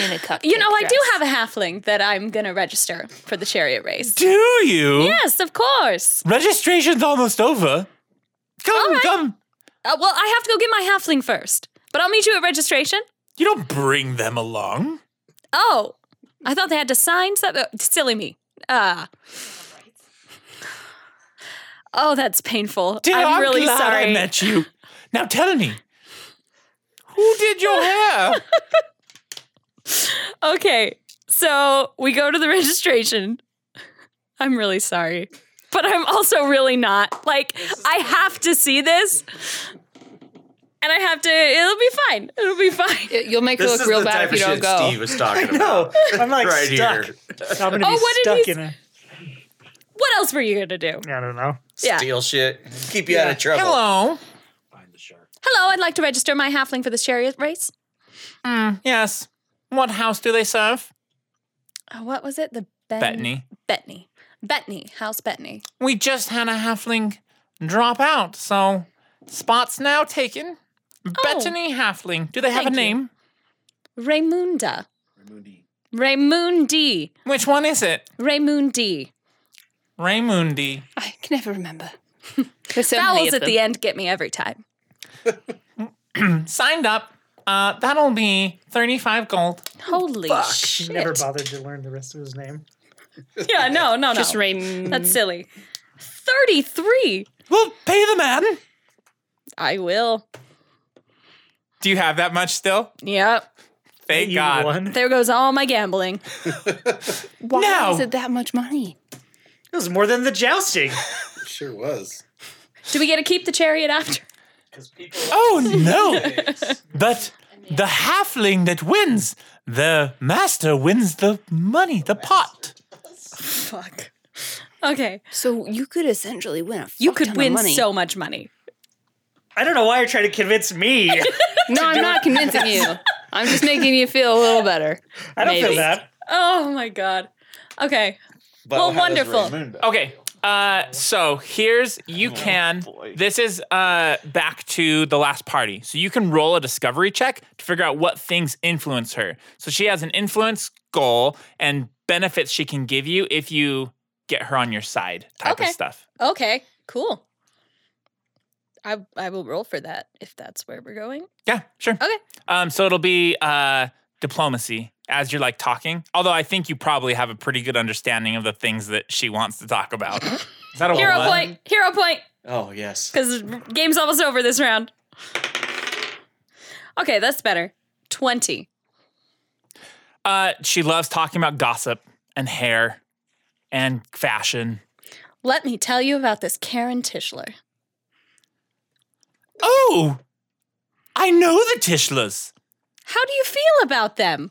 In a cup. You know, I do have a halfling that I'm gonna register for the chariot race. Do you? Yes, of course. Registration's almost over. Come, All right. come. Uh, well, I have to go get my halfling first, but I'll meet you at registration. You don't bring them along. Oh, I thought they had to sign something. silly me. Ah. Oh, that's painful. Dear, I'm, I'm, really glad sorry. I met you. Now tell me, who did your hair? Okay, so we go to the registration. I'm really sorry, but I'm also really not. Like, I have to see this, and I have to. It'll be fine. It'll be fine. You'll make her This look is real the bad type if of you don't shit go. Steve was talking No, about. I'm like Right stuck. here. I'm gonna Oh, be what did stuck he in a. What else were you gonna do? I don't know. Yeah. Steal shit. Keep you out of trouble. Hello. Hello, I'd like to register my halfling for the chariot race. Yes. What house do they serve? Uh, what was it? The ben- Bettany. Bettany. Bettany. House Bettany. We just had a halfling drop out, so spots now taken. Bethany Halfling. Do they have a Thank you. name? Raymunda. Raymundi. Which one is it? Raymundi. Raymundi. I can never remember. Vowels at the end get me every time. Signed up. Uh, that'll be 35 gold. Holy shit. Never bothered to learn the rest of his name. Yeah, no, no, no. Just Raymond. That's silly. 33. Well, pay the man. I will. Do you have that much still? Yep. Thank You God. won. There goes all my gambling. Why No. is it that much money? It was more than the jousting. Sure was. Do we get to keep the chariot after? Oh no! but the halfling that wins, the master wins the money, the pot. Fuck. Okay. So you could essentially win a You fuck ton could of win money. so much money. I don't know why you're trying to convince me. No, I'm not convincing you. I'm just making you feel a little better. I don't Maybe. feel that. Oh my God. Okay. Well, wonderful. Okay. Uh, so here's you can. This is uh back to the last party. So you can roll a discovery check to figure out what things influence her. So she has an influence goal and benefits she can give you if you get her on your side type Okay. of stuff. Okay. Cool. I, I will roll for that if that's where we're going. Yeah, sure. Okay. Um, so it'll be uh, diplomacy as you're like talking. Although I think you probably have a pretty good understanding of the things that she wants to talk about. Is that a Hero one? point. Hero point. Oh yes. Because game's almost over this round. Okay, that's better. 20. Uh, she loves talking about gossip and hair and fashion. Let me tell you about this Karen Tischler. Oh, I know the Tishlers. How do you feel about them?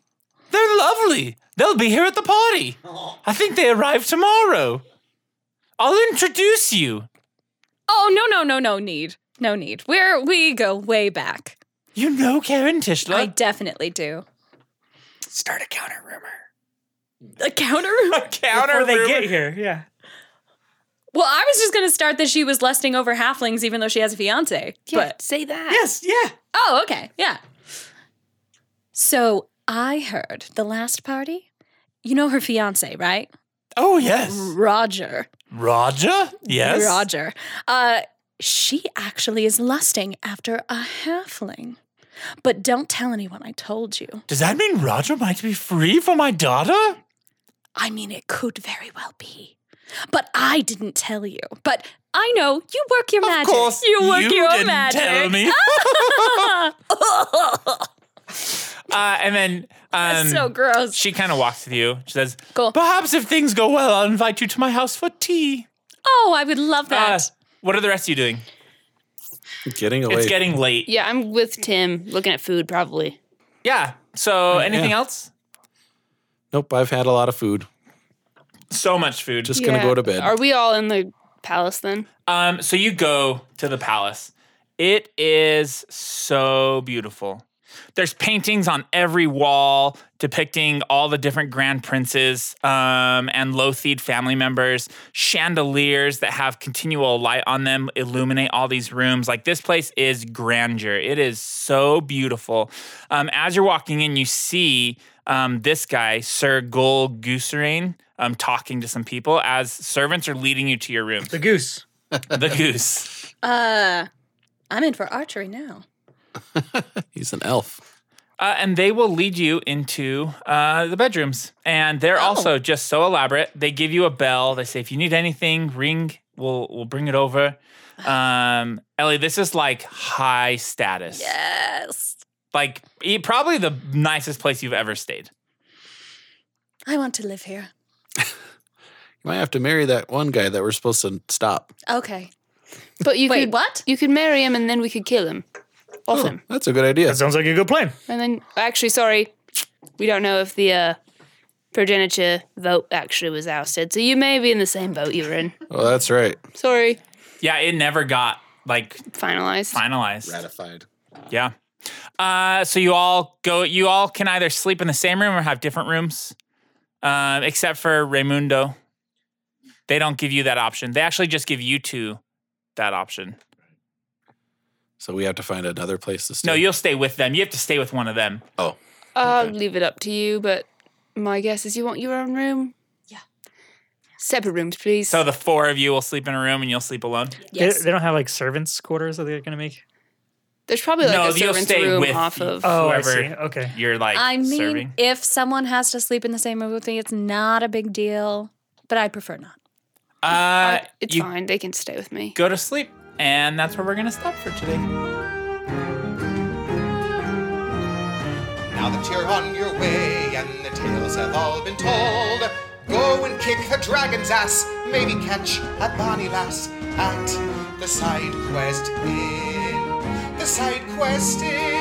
They're lovely. They'll be here at the party. I think they arrive tomorrow. I'll introduce you. Oh, no, no, no, no need. No need. We're, we go way back. You know Karen Tishler. I definitely do. Start a counter rumor. A counter rumor? counter Or they rumor. get here, yeah. Well, I was just going to start that she was lusting over halflings even though she has a fiance. Yeah, But say that. Yes, yeah. Oh, okay. Yeah. So I heard the last party. You know her fiance, right? Oh yes, Roger. Roger. Yes, Roger. Uh, she actually is lusting after a halfling. But don't tell anyone I told you. Does that mean Roger might be free for my daughter? I mean, it could very well be. But I didn't tell you. But I know you work your magic. you work your didn't magic. Tell me. uh, and then um, so gross. she kind of walks with you. She says, Cool. Perhaps if things go well, I'll invite you to my house for tea. oh, I would love that. Uh, what are the rest of you doing? Getting away. It's getting late. Yeah, I'm with Tim looking at food probably. Yeah. So anything yeah. else? nope, I've had a lot of food. So much food. Just gonna go to bed. Are we all in the palace then? Um, so you go to the palace. It is so beautiful. There's paintings on every wall depicting all the different grand princes um, and Lothied family members. Chandeliers that have continual light on them illuminate all these rooms. Like this place is grandeur. It is so beautiful. Um, as you're walking in, you see um, this guy, Sir Gul Gooserine, um, talking to some people as servants are leading you to your room The goose. the goose. Uh, I'm in for archery now. He's an elf. Uh, and they will lead you into uh, the bedrooms. And they're also just so elaborate. They give you a bell. They say, if you need anything, ring. We'll we'll bring it over. Um, Ellie, this is like high status. Yes. Like e- probably the nicest place you've ever stayed. I want to live here. You might have to marry that one guy that we're supposed to stop. Okay. But you Wait, could what? Oh. You could marry him and then we could kill him. Off him. Oh, That's a good idea. That sounds like a good plan. And then actually sorry, we don't know if the uh progeniture vote actually was ousted. So you may be in the same boat you were in. Oh, that's right. Sorry. Yeah, it never got like Finalized. finalized. Ratified. Yeah. Uh, so you all go. You all can either sleep in the same room or have different rooms, um, except for Raimundo. They don't give you that option. They actually just give you two that option. So we have to find another place to stay. No, you'll stay with them. You have to stay with one of them. Oh, I'll Okay. Uh, leave it up to you, but my guess is you want your own room? Yeah. Separate rooms, please. So the four of you will sleep in a room and you'll sleep alone. They- Yes. They, don't have like servants' quarters that they're gonna make. There's probably like no, a you'll servant's stay room with off of. Oh, I whoever- see. Okay. You're like I mean, serving. if someone has to sleep in the same room with me, it's not a big deal, but I prefer not. Uh, I- it's you fine. They can stay with me. go to sleep, and that's where we're gonna stop for today. Now that you're on your way and the tales have all been told, go and kick the dragon's ass, maybe catch a bonny lass at the side quest inn. The side quest inn.